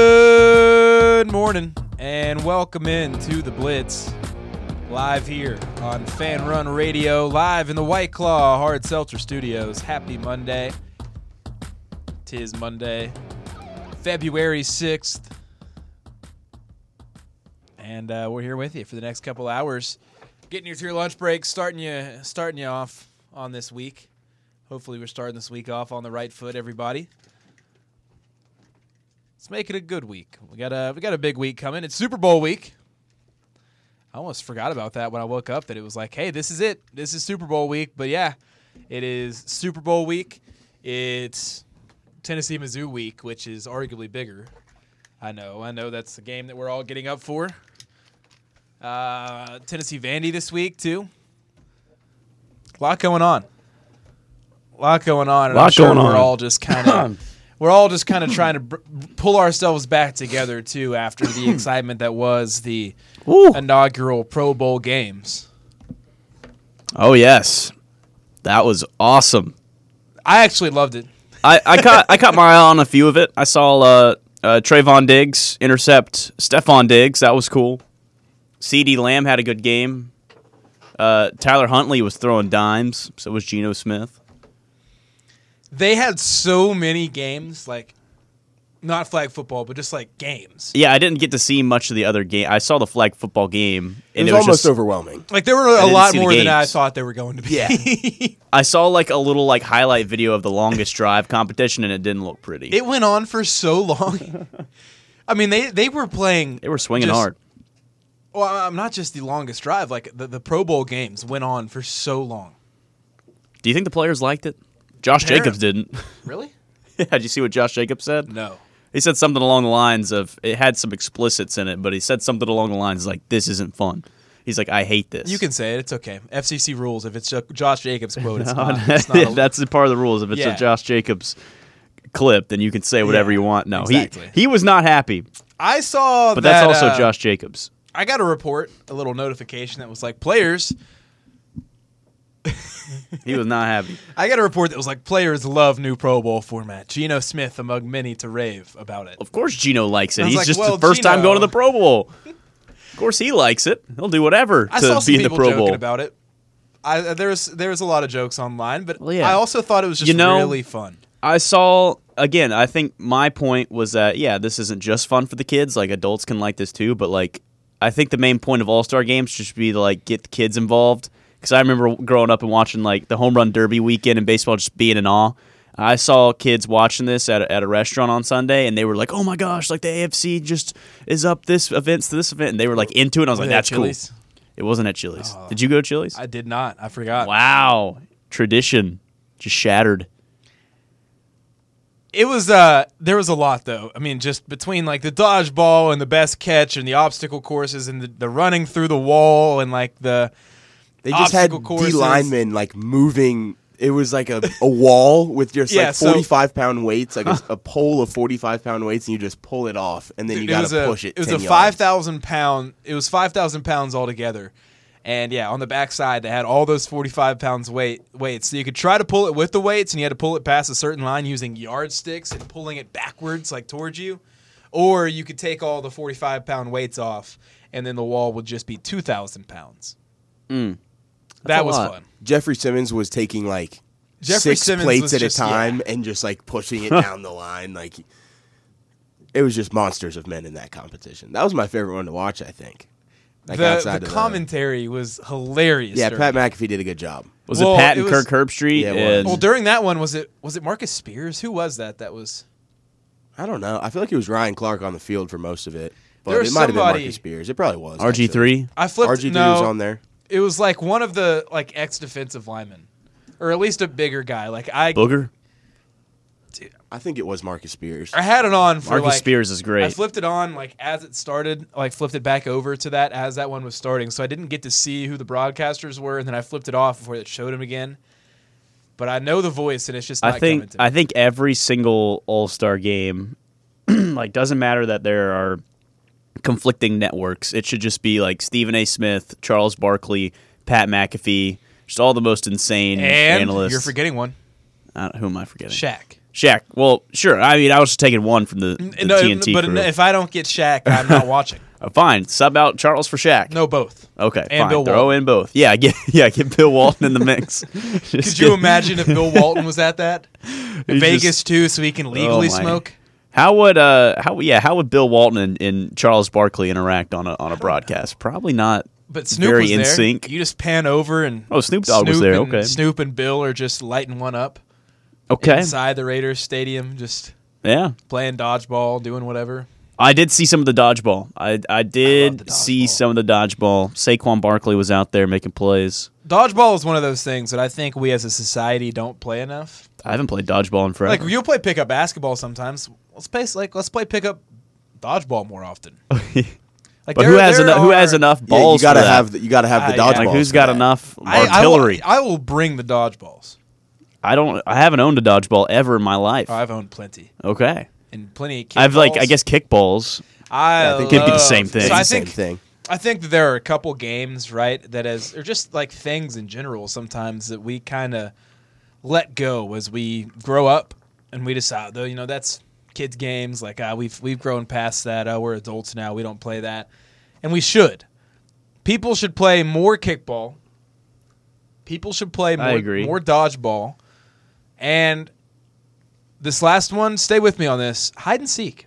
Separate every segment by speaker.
Speaker 1: Good morning and welcome in to the Blitz. Live here on Fan Run Radio, live in the White Claw Hard Seltzer Studios. Happy Monday. Tis Monday, February 6th. And uh, we're here with you for the next couple hours, getting you to your lunch break, starting you starting you off on this week. Hopefully we're starting this week off on the right foot, everybody. Let's make it a good week. We got a we got a big week coming. It's Super Bowl week. I almost forgot about that when I woke up that it was like, hey, this is it. This is Super Bowl week. But yeah, it is Super Bowl week. It's Tennessee Mizzou week, which is arguably bigger. I know, I know that's the game that we're all getting up for. Uh, Tennessee Vandy this week too. A lot going on. A lot going on. And
Speaker 2: Lot
Speaker 1: I'm sure
Speaker 2: going
Speaker 1: we're
Speaker 2: on.
Speaker 1: all just kind of we're all just kind of trying to br- pull ourselves back together too after the excitement that was the
Speaker 2: Ooh.
Speaker 1: inaugural Pro Bowl games.
Speaker 2: Oh yes, that was awesome.
Speaker 1: I actually loved it.
Speaker 2: I, I caught I caught my eye on a few of it. I saw uh, uh, Trayvon Diggs intercept Stephon Diggs. That was cool. C.D. Lamb had a good game. Uh, Tyler Huntley was throwing dimes. So was Geno Smith.
Speaker 1: They had so many games, like not flag football, but just like games.
Speaker 2: Yeah, I didn't get to see much of the other game. I saw the flag football game, and
Speaker 3: it
Speaker 2: it
Speaker 3: was,
Speaker 2: was,
Speaker 3: almost
Speaker 2: just,
Speaker 3: overwhelming.
Speaker 1: Like there were a
Speaker 2: didn't
Speaker 1: lot
Speaker 2: see the
Speaker 1: more than I
Speaker 2: games.
Speaker 1: thought they were going to be.
Speaker 3: Yeah.
Speaker 2: I saw like a little like highlight video of the longest drive competition, and it didn't look pretty.
Speaker 1: it went on for so long. I mean, they they were playing.
Speaker 2: they were swinging
Speaker 1: just-
Speaker 2: hard.
Speaker 1: Well, I'm not just the longest drive. Like the, the Pro Bowl games went on for so long.
Speaker 2: Do you think the players liked it? Josh
Speaker 1: Apparent-
Speaker 2: Jacobs didn't.
Speaker 1: Really?
Speaker 2: yeah, did you see what Josh Jacobs said?
Speaker 1: No.
Speaker 2: He said something along the lines of it had some explicits in it, but he said something along the lines like, "This isn't fun." He's like, "I hate this."
Speaker 1: You can say it. It's okay. FCC rules. If it's Jo- Josh Jacobs quote, it's
Speaker 2: Oh,
Speaker 1: not. It's not a-
Speaker 2: that's the part of the rules. If it's
Speaker 1: Yeah.
Speaker 2: a Josh Jacobs clip, then you can say whatever
Speaker 1: Yeah,
Speaker 2: you want. No,
Speaker 1: exactly.
Speaker 2: he he was not happy,
Speaker 1: I saw,
Speaker 2: but that's
Speaker 1: that,
Speaker 2: also
Speaker 1: uh,
Speaker 2: Josh Jacobs.
Speaker 1: I got a report, a little notification that was like players.
Speaker 2: He was not happy.
Speaker 1: I got a report that was like players love new Pro Bowl format. Geno Smith among many to rave about it.
Speaker 2: Of course, Gino likes it.
Speaker 1: I was
Speaker 2: He's
Speaker 1: like,
Speaker 2: just
Speaker 1: well,
Speaker 2: the first time
Speaker 1: Gino-
Speaker 2: going to the Pro Bowl. Of course, he likes it. He'll do whatever
Speaker 1: I
Speaker 2: to
Speaker 1: saw
Speaker 2: be
Speaker 1: some
Speaker 2: in the
Speaker 1: people
Speaker 2: Pro
Speaker 1: joking
Speaker 2: Bowl.
Speaker 1: about it. I, there was there was a lot of jokes online, but
Speaker 2: Well, yeah.
Speaker 1: I also thought it was just
Speaker 2: You know-
Speaker 1: really fun.
Speaker 2: I saw again. I think my point was that yeah, this isn't just fun for the kids. Like adults can like this too, but like I think the main point of All Star Games should be to like get the kids involved. Because I remember growing up and watching like the home run derby weekend and baseball, just being in awe. I saw kids watching this at a, at a restaurant on Sunday, and they were like, "Oh my gosh! Like the AFC just is up this event to this event," and they were like into it. And I was
Speaker 1: Were
Speaker 2: like,
Speaker 1: they at
Speaker 2: "That's cool."
Speaker 1: Chili's? Oh.
Speaker 2: It wasn't at Chili's. Did you go to Chili's?
Speaker 1: I did not. I forgot.
Speaker 2: wow, tradition just shattered.
Speaker 1: It was uh there was a lot though. I mean, just between like the dodgeball and the best catch and the obstacle courses and the, the running through the wall and like the
Speaker 3: They just had
Speaker 1: Obstacle courses.
Speaker 3: D linemen like moving. It was like a, a wall with just
Speaker 1: Yeah,
Speaker 3: like
Speaker 1: so-
Speaker 3: 45 pound weights, like a, a pole of 45 pound weights, and you just pull it off, and then you
Speaker 1: Dude,
Speaker 3: got
Speaker 1: was
Speaker 3: to
Speaker 1: a-
Speaker 3: push it.
Speaker 1: It was
Speaker 3: 10
Speaker 1: a
Speaker 3: yards.
Speaker 1: five thousand pound. It was five thousand pounds altogether, and yeah, on the backside they had all those forty-five pounds weight weights. So you could try to pull it with the weights, and you had to pull it past a certain line using yardsticks and pulling it backwards, like towards you, or you could take all the forty-five pound weights off, and then the wall would just be two thousand pounds.
Speaker 3: Mm.
Speaker 2: That's
Speaker 1: That
Speaker 2: a
Speaker 1: was
Speaker 2: lot.
Speaker 1: fun.
Speaker 3: Jeffrey Simmons was taking like
Speaker 1: Jeffrey
Speaker 3: six
Speaker 1: Simmons was
Speaker 3: plates at
Speaker 1: just-
Speaker 3: a time and just like pushing it down the line. Like it was just monsters of men in that competition. That was my favorite one to watch. I think. Like
Speaker 1: the
Speaker 3: outside
Speaker 1: the
Speaker 3: of
Speaker 1: commentary was hilarious.
Speaker 3: Yeah,
Speaker 1: during
Speaker 3: Pat McAfee did a good job.
Speaker 2: Was
Speaker 1: Well,
Speaker 2: it Pat
Speaker 1: it
Speaker 2: and
Speaker 1: was-
Speaker 2: Kirk Herbstreit?
Speaker 3: Yeah, it was.
Speaker 2: and-
Speaker 1: Well, during that one, was it was it Marcus Spears? Who was that? That was
Speaker 3: I don't know. I feel like it was Ryan Clark on the field for most of it, but
Speaker 1: There was
Speaker 3: it might have been
Speaker 1: somebody-
Speaker 3: Marcus Spears. It probably was
Speaker 2: RG three.
Speaker 1: I flipped.
Speaker 3: RG three
Speaker 1: no,
Speaker 3: was on there.
Speaker 1: It was like one of the like ex defensive linemen, or at least a bigger guy. Like I,
Speaker 2: Booger.
Speaker 3: I think it was Marcus Spears.
Speaker 1: I had it on for
Speaker 2: Marcus
Speaker 1: like,
Speaker 2: Spears is great.
Speaker 1: I flipped it on like as it started, like flipped it back over to that as that one was starting. So I didn't get to see who the broadcasters were, and then I flipped it off before it showed him again. But I know the voice, and it's just not
Speaker 2: I think
Speaker 1: coming to me.
Speaker 2: I think every single All Star game, like doesn't matter that there are conflicting networks. It should just be like Stephen A. Smith, Charles Barkley, Pat McAfee, just all the most insane
Speaker 1: and
Speaker 2: analysts.
Speaker 1: you're forgetting one,
Speaker 2: Uh, who am I forgetting?
Speaker 1: Shaq.
Speaker 2: Shaq. Well, sure. I mean, I was just taking one from the, the
Speaker 1: No,
Speaker 2: TNT
Speaker 1: but
Speaker 2: crew.
Speaker 1: if I don't get Shaq, I'm not watching.
Speaker 2: Uh, Fine. Sub out Charles for Shaq.
Speaker 1: No, both.
Speaker 2: Okay.
Speaker 1: and
Speaker 2: fine.
Speaker 1: Bill
Speaker 2: Throw
Speaker 1: Walton.
Speaker 2: in both. Yeah. Get yeah. Get Bill Walton in the mix.
Speaker 1: Could you imagine if Bill Walton was at that Vegas too, so he can legally
Speaker 2: Oh my.
Speaker 1: smoke?
Speaker 2: How would uh how yeah how would Bill Walton and, and Charles Barkley interact on a on a broadcast? Probably not.
Speaker 1: But Snoop
Speaker 2: very
Speaker 1: was
Speaker 2: in
Speaker 1: there.
Speaker 2: sync.
Speaker 1: You just pan over and
Speaker 2: Oh, Snoop Dogg was
Speaker 1: Snoop
Speaker 2: there,
Speaker 1: and-
Speaker 2: okay.
Speaker 1: Snoop and Bill are just lighting one up
Speaker 2: okay.
Speaker 1: inside the Raiders stadium, just
Speaker 2: Yeah.
Speaker 1: playing dodgeball, doing whatever.
Speaker 2: I did see some of the dodgeball. I I did
Speaker 1: the
Speaker 2: see
Speaker 1: dodgeball.
Speaker 2: some of the dodgeball. Saquon Barkley was out there making plays.
Speaker 1: Dodgeball is one of those things that I think we as a society don't play enough.
Speaker 2: I haven't played dodgeball in forever.
Speaker 1: Like you'll play pickup basketball sometimes. Let's play like let's play pickup dodgeball more often. Like
Speaker 2: but
Speaker 1: there-
Speaker 2: who has
Speaker 1: there
Speaker 2: enough? Who
Speaker 1: are-
Speaker 2: has enough
Speaker 3: Yeah,
Speaker 2: balls?
Speaker 3: you gotta
Speaker 2: for that?
Speaker 3: have the, you gotta have the
Speaker 1: Ah,
Speaker 3: dodgeballs.
Speaker 1: yeah.
Speaker 2: like who's
Speaker 3: for
Speaker 2: got
Speaker 3: that.
Speaker 2: enough
Speaker 1: I- I will-
Speaker 2: artillery?
Speaker 1: I will, bring the dodgeballs.
Speaker 2: I, don't. I haven't owned a dodgeball ever in my life.
Speaker 1: Oh, I've owned plenty
Speaker 2: okay.
Speaker 1: and plenty of. Kickballs.
Speaker 2: I've like I guess kickballs.
Speaker 1: I,
Speaker 3: Yeah, I think
Speaker 2: it'd be the
Speaker 1: love-
Speaker 2: same thing.
Speaker 1: So I
Speaker 3: It's the
Speaker 1: think
Speaker 3: same thing.
Speaker 1: I think that there are a couple games, right, that as or just like things in general sometimes that we kind of let go as we grow up and we decide though, you know, that's kids games like ah, we've we've grown past that. Oh, we're adults now. We don't play that. And we should. People should play more kickball. People should play more,
Speaker 2: I agree.
Speaker 1: more dodgeball. And this last one, stay with me on this. Hide and seek.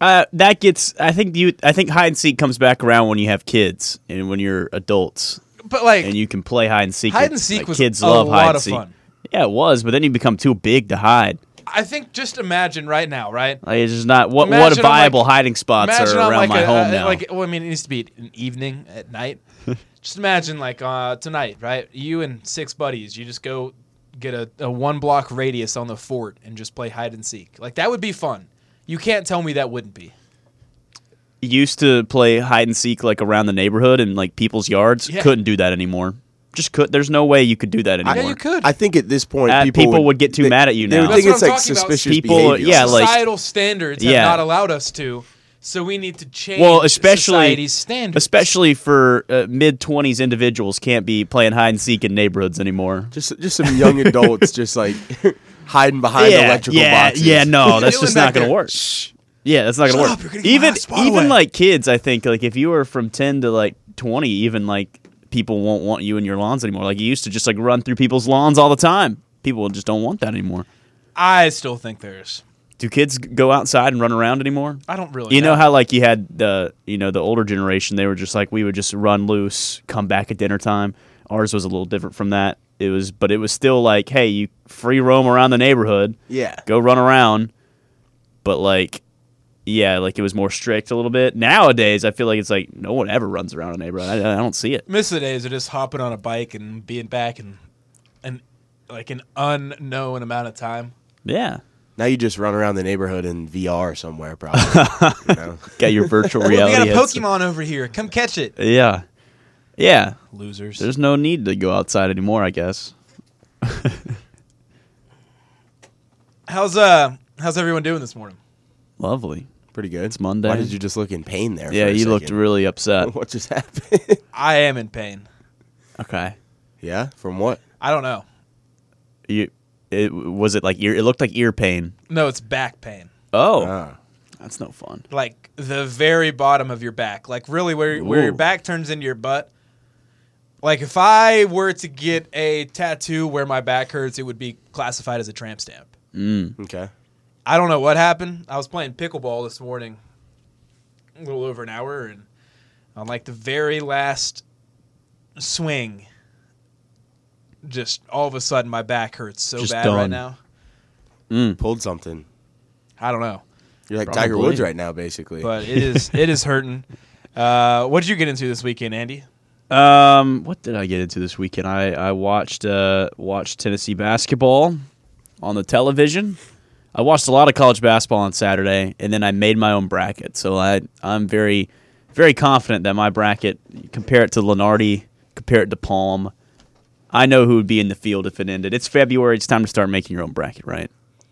Speaker 2: Uh, that gets. I think you. I think hide and seek comes back around when you have kids and when you're adults
Speaker 1: But like
Speaker 2: and you can play hide and seek.
Speaker 1: Hide and
Speaker 2: It's-
Speaker 1: seek
Speaker 2: like,
Speaker 1: was
Speaker 2: kids
Speaker 1: a
Speaker 2: love
Speaker 1: lot
Speaker 2: hide and
Speaker 1: of
Speaker 2: seek.
Speaker 1: fun.
Speaker 2: Yeah, it was, but then you become too big to hide.
Speaker 1: I think just imagine right now, right?
Speaker 2: Like it's just not what what
Speaker 1: Imagine I'm, like-
Speaker 2: viable hiding spots are
Speaker 1: on,
Speaker 2: around my
Speaker 1: a-
Speaker 2: home
Speaker 1: a-
Speaker 2: now.
Speaker 1: Like, well, I mean, it needs to be an evening at night. just imagine like uh, tonight, right? You and six buddies, you just go get a, a one block radius on the fort and just play hide and seek. Like that would be fun. You can't tell me that wouldn't be.
Speaker 2: used to play hide and seek like around the neighborhood and like people's yards.
Speaker 1: Yeah.
Speaker 2: Couldn't do that anymore. Just could. There's no way you could do that anymore.
Speaker 1: Yeah, you could.
Speaker 3: I think at this point
Speaker 2: Uh,
Speaker 3: people,
Speaker 2: people would get too
Speaker 3: they-
Speaker 2: mad at you
Speaker 3: they
Speaker 2: now.
Speaker 3: would
Speaker 2: That's
Speaker 3: think
Speaker 1: what
Speaker 3: it's
Speaker 1: I'm
Speaker 3: like
Speaker 1: talking about.
Speaker 3: suspicious
Speaker 2: People-
Speaker 3: behavior.
Speaker 2: yeah, like-
Speaker 1: Societal standards
Speaker 2: Yeah.
Speaker 1: have not allowed us to, so we need to change.
Speaker 2: well, especially
Speaker 1: society's standards,
Speaker 2: especially for uh, mid twenties individuals can't be playing hide and seek in neighborhoods anymore.
Speaker 3: just just some young adults just like hiding behind
Speaker 2: yeah,
Speaker 3: electrical
Speaker 2: yeah,
Speaker 3: boxes.
Speaker 2: yeah. No,
Speaker 1: you
Speaker 2: that's
Speaker 1: doing
Speaker 2: just not
Speaker 1: back
Speaker 2: gonna
Speaker 1: there?
Speaker 2: work. Yeah, that's not
Speaker 1: Shut
Speaker 2: gonna work.
Speaker 1: up, you're gonna get my
Speaker 2: even
Speaker 1: last spot
Speaker 2: even
Speaker 1: away.
Speaker 2: like kids, I think like if you were from ten to like twenty, even like people won't want you in your lawns anymore. Like you used to just like run through people's lawns all the time. People just don't want that anymore.
Speaker 1: I still think there's.
Speaker 2: Do kids g- go outside and run around anymore?
Speaker 1: I don't really.
Speaker 2: You know how like you had the you know the older generation they were just like we would just run loose, come back at dinner time. Ours was a little different from that. It was but it was still like hey, you free roam around the neighborhood.
Speaker 3: Yeah.
Speaker 2: Go run around. But like yeah, like it was more strict a little bit. Nowadays, I feel like it's like no one ever runs around a neighborhood. I, I don't see it.
Speaker 1: Most of the days are just hopping on a bike and being back in an like an unknown amount of time.
Speaker 2: Yeah.
Speaker 3: Now you just run around the neighborhood in VR somewhere, probably. you know?
Speaker 2: Got your virtual
Speaker 1: Look, we
Speaker 2: reality.
Speaker 1: got a
Speaker 2: headset.
Speaker 1: Pokemon over here. Come catch it.
Speaker 2: Yeah. Yeah.
Speaker 1: Losers.
Speaker 2: There's no need to go outside anymore, I guess.
Speaker 1: How's uh how's everyone doing this morning?
Speaker 2: Lovely.
Speaker 3: Pretty good.
Speaker 2: It's Monday.
Speaker 3: Why did you just look in pain there?
Speaker 2: Yeah,
Speaker 3: for a
Speaker 2: you looked
Speaker 3: second?
Speaker 2: really upset.
Speaker 3: What just happened?
Speaker 1: I am in pain.
Speaker 2: Okay.
Speaker 3: yeah, from what?
Speaker 1: I don't know.
Speaker 2: You it was it like ear it looked like ear pain.
Speaker 1: No, it's back pain.
Speaker 2: Oh.
Speaker 3: Ah.
Speaker 2: that's no fun.
Speaker 1: Like the very bottom of your back. Like really where where your
Speaker 2: Ooh.
Speaker 1: back turns into your butt. Like if I were to get a tattoo where my back hurts, it would be classified as a tramp stamp.
Speaker 2: Mm.
Speaker 3: Okay.
Speaker 1: I don't know what happened. I was playing pickleball this morning, a little over an hour, and on like the very last swing, just all of a sudden my back hurts so
Speaker 2: Just
Speaker 1: bad right
Speaker 2: done.
Speaker 1: now.
Speaker 3: Pulled something.
Speaker 1: I don't know,
Speaker 3: You're like Tiger
Speaker 2: Probably.
Speaker 3: Woods right now, basically.
Speaker 1: but it is it is hurting. Uh, what did you get into this weekend, Andy?
Speaker 2: Um what did I get into this weekend? I I watched uh watched Tennessee basketball on the television. I watched a lot of college basketball on Saturday and then I made my own bracket. So I I'm very very confident that my bracket compare it to Lenardi, compare it to Palm. I know who would be in the field if it ended. It's February, it's time to start making your own bracket, right?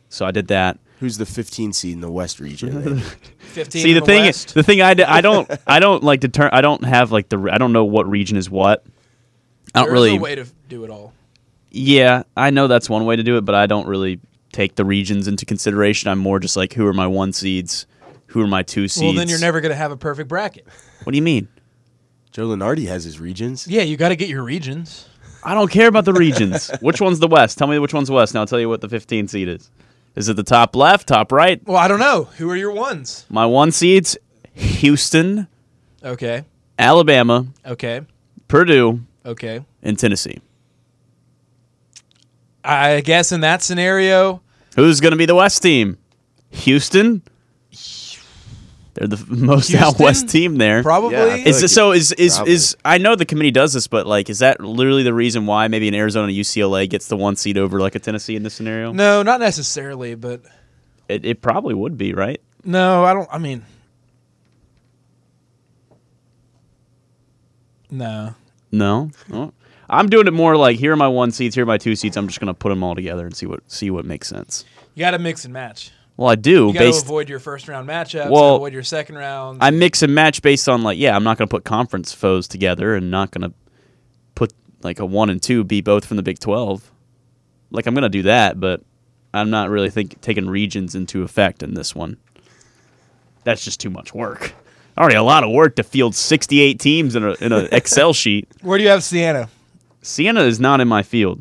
Speaker 2: So I did that.
Speaker 3: Who's the 15 seed in the West region?
Speaker 1: Fifteen.
Speaker 2: See
Speaker 1: in
Speaker 2: the, thing,
Speaker 1: West?
Speaker 2: the thing I, d- I don't I don't like deter I don't have like the re- I don't know what region is what. I don't
Speaker 1: There's
Speaker 2: really.
Speaker 1: a way to do it all.
Speaker 2: yeah, I know that's one way to do it, but I don't really take the regions into consideration. I'm more just like, who are my one seeds? Who are my two seeds?
Speaker 1: Well, then you're never going to have a perfect bracket.
Speaker 2: What do you mean?
Speaker 3: Joe Lenardi has his regions.
Speaker 1: Yeah, you got to get your regions.
Speaker 2: I don't care about the regions. which one's the West? Tell me which one's West, and I'll tell you what the 15 seed is. Is it the top left, top right?
Speaker 1: Well, I don't know. Who are your ones?
Speaker 2: My one seeds: Houston,
Speaker 1: Okay.
Speaker 2: Alabama,
Speaker 1: Okay.
Speaker 2: Purdue,
Speaker 1: Okay.
Speaker 2: and Tennessee.
Speaker 1: I guess in that scenario,
Speaker 2: Who's going to be the West team? Houston. They're the f- most out
Speaker 1: Houston?
Speaker 2: West team there.
Speaker 1: probably.
Speaker 3: Yeah, I feel
Speaker 2: Is
Speaker 3: like
Speaker 2: this- so? Is is
Speaker 3: probably.
Speaker 2: is? I know the committee does this, but like, is that literally the reason why maybe an Arizona UCLA gets the one seed over like a Tennessee in this scenario?
Speaker 1: no, not necessarily, but
Speaker 2: It, it probably would be right.
Speaker 1: no, I don't. I mean, no.
Speaker 2: No, Oh. I'm doing it more like here are my one seeds, here are my two seeds. I'm just gonna put them all together and see what see what makes sense.
Speaker 1: You got to mix and match.
Speaker 2: Well, I
Speaker 1: You
Speaker 2: do
Speaker 1: got to
Speaker 2: based.
Speaker 1: avoid your first round matchups.
Speaker 2: Well,
Speaker 1: Well, avoid your second round.
Speaker 2: I mix and match based on like yeah, I'm not gonna put conference foes together and not gonna put like a one and two be both from the Big Twelve. Like I'm gonna do that, but I'm not really think taking regions into effect in this one. That's just too much work. Already a lot of work to field 68 teams in a in an Excel sheet.
Speaker 1: Where do you have Sienna?
Speaker 2: Sienna is not in my field.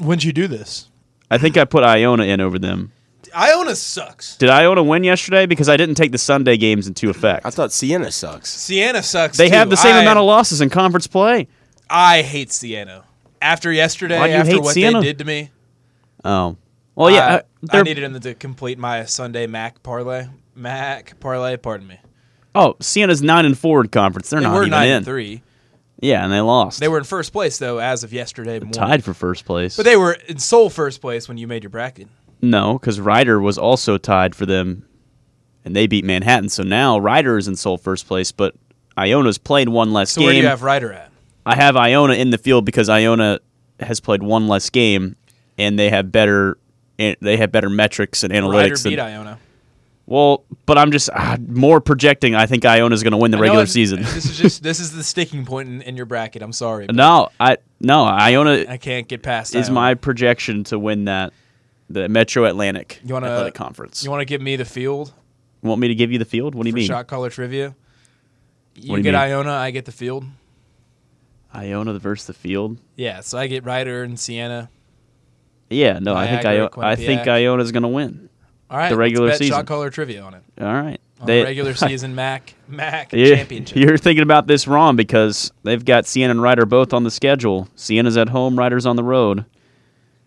Speaker 1: When'd you do this?
Speaker 2: I think I put Iona in over them.
Speaker 1: Iona sucks.
Speaker 2: Did Iona win yesterday? Because I didn't take the Sunday games into effect.
Speaker 3: I thought Sienna sucks.
Speaker 1: Sienna sucks.
Speaker 2: they
Speaker 1: too.
Speaker 2: have the same
Speaker 1: I-
Speaker 2: amount of losses in conference play.
Speaker 1: I hate Sienna. After yesterday,
Speaker 2: Why do you
Speaker 1: after
Speaker 2: hate
Speaker 1: what
Speaker 2: Sienna?
Speaker 1: they did to me,
Speaker 2: Oh, well, yeah. uh,
Speaker 1: I, I
Speaker 2: they're-
Speaker 1: needed him to complete my Sunday Mac parlay. Mac parlay, pardon me.
Speaker 2: oh, Sienna's nine and four in conference. They're
Speaker 1: They
Speaker 2: not
Speaker 1: were
Speaker 2: even
Speaker 1: nine
Speaker 2: in.
Speaker 1: and three.
Speaker 2: Yeah, and they lost.
Speaker 1: They were in first place though as of yesterday morning.
Speaker 2: tied for first place.
Speaker 1: But they were in sole first place when you made your bracket.
Speaker 2: no, because Ryder was also tied for them, and they beat Manhattan. So now Ryder is in sole first place, but Iona's played one less
Speaker 1: So
Speaker 2: game.
Speaker 1: where do you have Ryder at?
Speaker 2: I have Iona in the field because Iona has played one less game, and they have better and they have better metrics and
Speaker 1: Ryder
Speaker 2: analytics.
Speaker 1: beat
Speaker 2: than,
Speaker 1: Iona.
Speaker 2: well, but I'm just ah, more projecting. I think Iona's going to win the
Speaker 1: I know
Speaker 2: regular
Speaker 1: I'm-
Speaker 2: season.
Speaker 1: This is just this is the sticking point in, in your bracket. I'm sorry. but
Speaker 2: no, I no Iona
Speaker 1: I can't get past.
Speaker 2: is
Speaker 1: Iona.
Speaker 2: my projection to win that the Metro Atlantic
Speaker 1: You wanna-
Speaker 2: Athletic Conference.
Speaker 1: You
Speaker 2: You
Speaker 1: want to give me the field
Speaker 2: want me to give you the field? What do you
Speaker 1: for
Speaker 2: mean?
Speaker 1: shot caller trivia? You,
Speaker 2: What do you
Speaker 1: get
Speaker 2: mean?
Speaker 1: Iona, I get the field.
Speaker 2: Iona versus the field.
Speaker 1: Yeah, so I get Ryder and Sienna.
Speaker 2: Yeah, no, I think
Speaker 1: Niagara,
Speaker 2: Io- I think
Speaker 1: Quinnipiac.
Speaker 2: Iona's going to win.
Speaker 1: All right,
Speaker 2: The
Speaker 1: let's
Speaker 2: regular
Speaker 1: bet
Speaker 2: season.
Speaker 1: shot caller trivia on it.
Speaker 2: All right,
Speaker 1: on
Speaker 2: They-
Speaker 1: the regular season Mac Mac
Speaker 2: You're-
Speaker 1: championship.
Speaker 2: You're thinking about this wrong because they've got Sienna and Ryder both on the schedule. Sienna's at home, Ryder's on the road,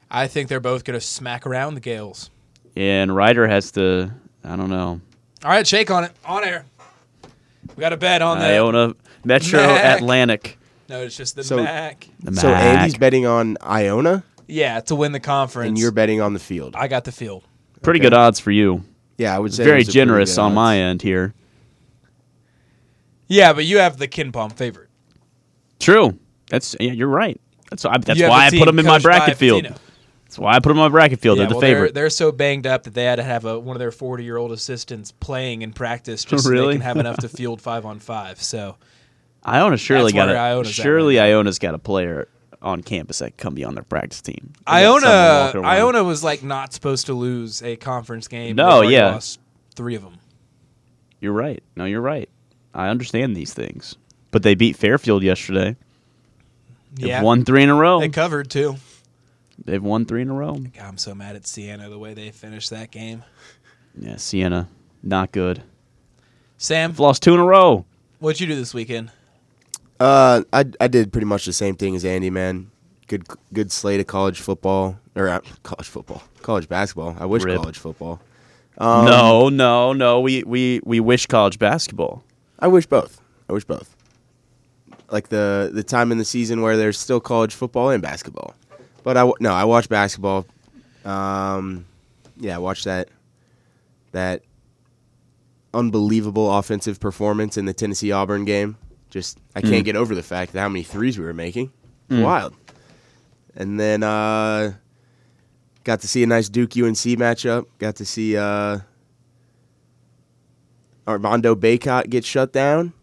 Speaker 1: I think they're both going to smack around the Gales.
Speaker 2: and Ryder has to. I don't know.
Speaker 1: All right, shake on it on air. We got a bet on that.
Speaker 2: Iona Metro
Speaker 1: Mac.
Speaker 2: Atlantic.
Speaker 1: No, it's just the
Speaker 3: So-
Speaker 1: Mac.
Speaker 2: The
Speaker 3: So
Speaker 2: Mac.
Speaker 3: Andy's betting on Iona,
Speaker 1: Yeah, to win the conference.
Speaker 3: and you're betting on the field.
Speaker 1: I got the field.
Speaker 2: pretty
Speaker 3: okay.
Speaker 2: good odds for you.
Speaker 3: yeah, I would say
Speaker 2: Very
Speaker 3: those are pretty
Speaker 2: generous
Speaker 3: good
Speaker 2: on
Speaker 3: odds.
Speaker 2: my end here.
Speaker 1: Yeah, but you have the Kin Palm favorite.
Speaker 2: True. That's yeah. You're right. That's I, that's
Speaker 1: You have
Speaker 2: why
Speaker 1: a
Speaker 2: I put
Speaker 1: team
Speaker 2: them in my
Speaker 1: coached by
Speaker 2: bracket field.
Speaker 1: Pitino.
Speaker 2: That's why I put them in my bracket field.
Speaker 1: Yeah,
Speaker 2: They're the
Speaker 1: well,
Speaker 2: favorite.
Speaker 1: They're, so banged up that they had to have a, one of their 40 year old assistants playing in practice just so
Speaker 2: Really?
Speaker 1: they can have enough to field five on five. So
Speaker 2: Iona surely
Speaker 1: That's
Speaker 2: got
Speaker 1: where
Speaker 2: a
Speaker 1: Iona's at
Speaker 2: surely Iona's got a player on campus that can be on their practice team. They got someone
Speaker 1: Iona
Speaker 2: walking around.
Speaker 1: Iona was like not supposed to lose a conference game.
Speaker 2: No,
Speaker 1: They've already
Speaker 2: yeah.
Speaker 1: lost three of them.
Speaker 2: You're right. No, you're right. I understand these things. But they beat Fairfield yesterday. They've
Speaker 1: Yeah,
Speaker 2: won three in a row.
Speaker 1: they covered too.
Speaker 2: They've won three in a row.
Speaker 1: God, I'm so mad at Sienna the way they finished that game.
Speaker 2: Yeah, Sienna, not good.
Speaker 1: Sam,
Speaker 2: They've lost two in a row.
Speaker 1: what'd you do this weekend?
Speaker 3: Uh, I I did pretty much the same thing as Andy, man. Good good slate of college football or uh, college football, college basketball. I wish
Speaker 2: Rip.
Speaker 3: college football. Um,
Speaker 2: no, no, no. We, we we wish college basketball.
Speaker 3: I wish both. I wish both. Like the the time in the season where there's still college football and basketball. But I wa- no, I watch basketball. Um, yeah, I watched that that unbelievable offensive performance in the Tennessee Auburn game. Just I can't get over the fact that how many threes we were making. Wild. And then uh, got to see a nice Duke UNC matchup. Got to see uh, Armando Baycott get shut down.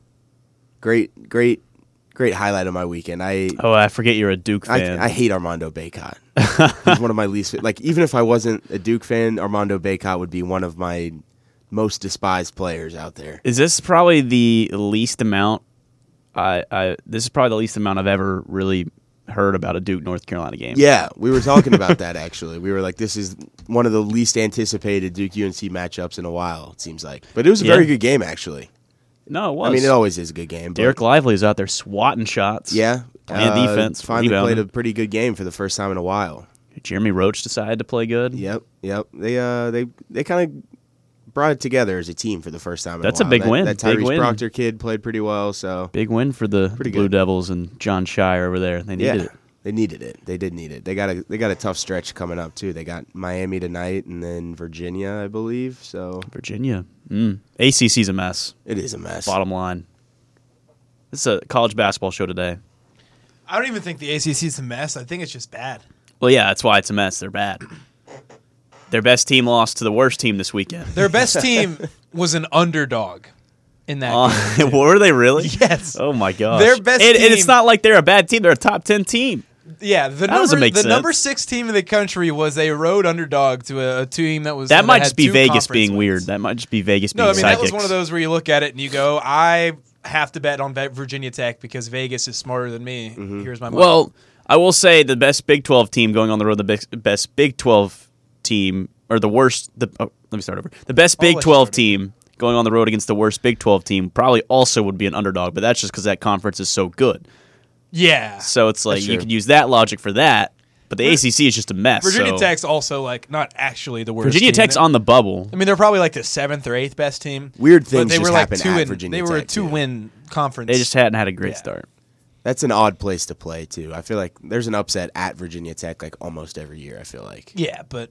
Speaker 3: Great, great great highlight of my weekend. I
Speaker 2: Oh, I forget you're a Duke fan.
Speaker 3: I, I hate Armando Baycott. He's one of my least like even if I wasn't a Duke fan, Armando Baycott would be one of my most despised players out there.
Speaker 2: is this probably the least amount? I, I this is probably the least amount I've ever really heard about a Duke North Carolina game.
Speaker 3: Yeah, we were talking about that actually. We were like, this is one of the least anticipated Duke UNC matchups in a while. It seems like, but it was a very
Speaker 2: Yeah.
Speaker 3: good game actually.
Speaker 2: No, it was.
Speaker 3: I mean, it always is a good game. but-
Speaker 2: Derek Lively is out there swatting shots.
Speaker 3: yeah, uh,
Speaker 2: Playing defense,
Speaker 3: Finally
Speaker 2: rebounding.
Speaker 3: played a pretty good game for the first time in a while.
Speaker 2: Jeremy Roach decided to play good.
Speaker 3: Yep, yep. They uh they they kind of brought it together as a team for the first time. In
Speaker 2: That's
Speaker 3: a,
Speaker 2: a
Speaker 3: while.
Speaker 2: big
Speaker 3: that,
Speaker 2: win,
Speaker 3: That Tyrese
Speaker 2: big win.
Speaker 3: Proctor kid played pretty well. So
Speaker 2: Big win for the
Speaker 3: Pretty
Speaker 2: Blue
Speaker 3: good.
Speaker 2: Devils and John Shire over there. They needed
Speaker 3: yeah,
Speaker 2: it.
Speaker 3: they needed it. They did need it. They got a they got a tough stretch coming up too. They got Miami tonight and then Virginia, I believe. So
Speaker 2: Virginia. Mm. ACC's a mess.
Speaker 3: it is a mess.
Speaker 2: Bottom line. This is a college basketball show today.
Speaker 1: I don't even think the ACC is a mess. I think it's just bad.
Speaker 2: Well, yeah, that's why it's a mess. They're bad. Their best team lost to the worst team this weekend.
Speaker 1: Their best team was an underdog in that. game.
Speaker 2: Uh, were they really?
Speaker 1: Yes.
Speaker 2: Oh my gosh.
Speaker 1: Their best
Speaker 2: And, and it's
Speaker 1: team-
Speaker 2: not like they're a bad team. They're a top ten team.
Speaker 1: Yeah, the number
Speaker 2: doesn't make
Speaker 1: the
Speaker 2: sense.
Speaker 1: number six team in the country was a road underdog to a, a team that was
Speaker 2: That might
Speaker 1: had
Speaker 2: just be
Speaker 1: two
Speaker 2: Vegas
Speaker 1: conference
Speaker 2: being
Speaker 1: wins.
Speaker 2: weird. That might just be Vegas
Speaker 1: No, I
Speaker 2: being
Speaker 1: mean that
Speaker 2: psychics.
Speaker 1: was one of those where you look at it and you go, I have to bet on Ve- Virginia Tech because Vegas is smarter than me.
Speaker 2: Mm-hmm.
Speaker 1: Here's my money.
Speaker 2: Well, I will say the best Big 12 team going on the road, the best, best Big 12 team, or the worst, the, oh, let me start over. The best Big
Speaker 1: let you
Speaker 2: 12
Speaker 1: start
Speaker 2: team going on the road against the worst Big 12 team probably also would be an underdog, but that's just because that conference is so good.
Speaker 1: yeah,
Speaker 2: So it's like you
Speaker 3: true.
Speaker 2: could use that logic for that, but the ACC is just a mess.
Speaker 1: Virginia
Speaker 2: so-
Speaker 1: Tech's also like not actually the worst.
Speaker 2: Virginia
Speaker 1: team.
Speaker 2: Tech's on the bubble.
Speaker 1: I mean, they're probably like the seventh or eighth best team.
Speaker 3: Weird
Speaker 1: but
Speaker 3: things
Speaker 1: they
Speaker 3: just
Speaker 1: were like
Speaker 3: happen
Speaker 1: two
Speaker 3: at
Speaker 1: in,
Speaker 3: Virginia
Speaker 1: They were a
Speaker 3: Tech,
Speaker 1: two win conference.
Speaker 2: They just hadn't had a great
Speaker 1: Yeah.
Speaker 2: start.
Speaker 3: That's an odd place to play too. I feel like there's an upset at Virginia Tech like almost every year. I feel like
Speaker 1: yeah, but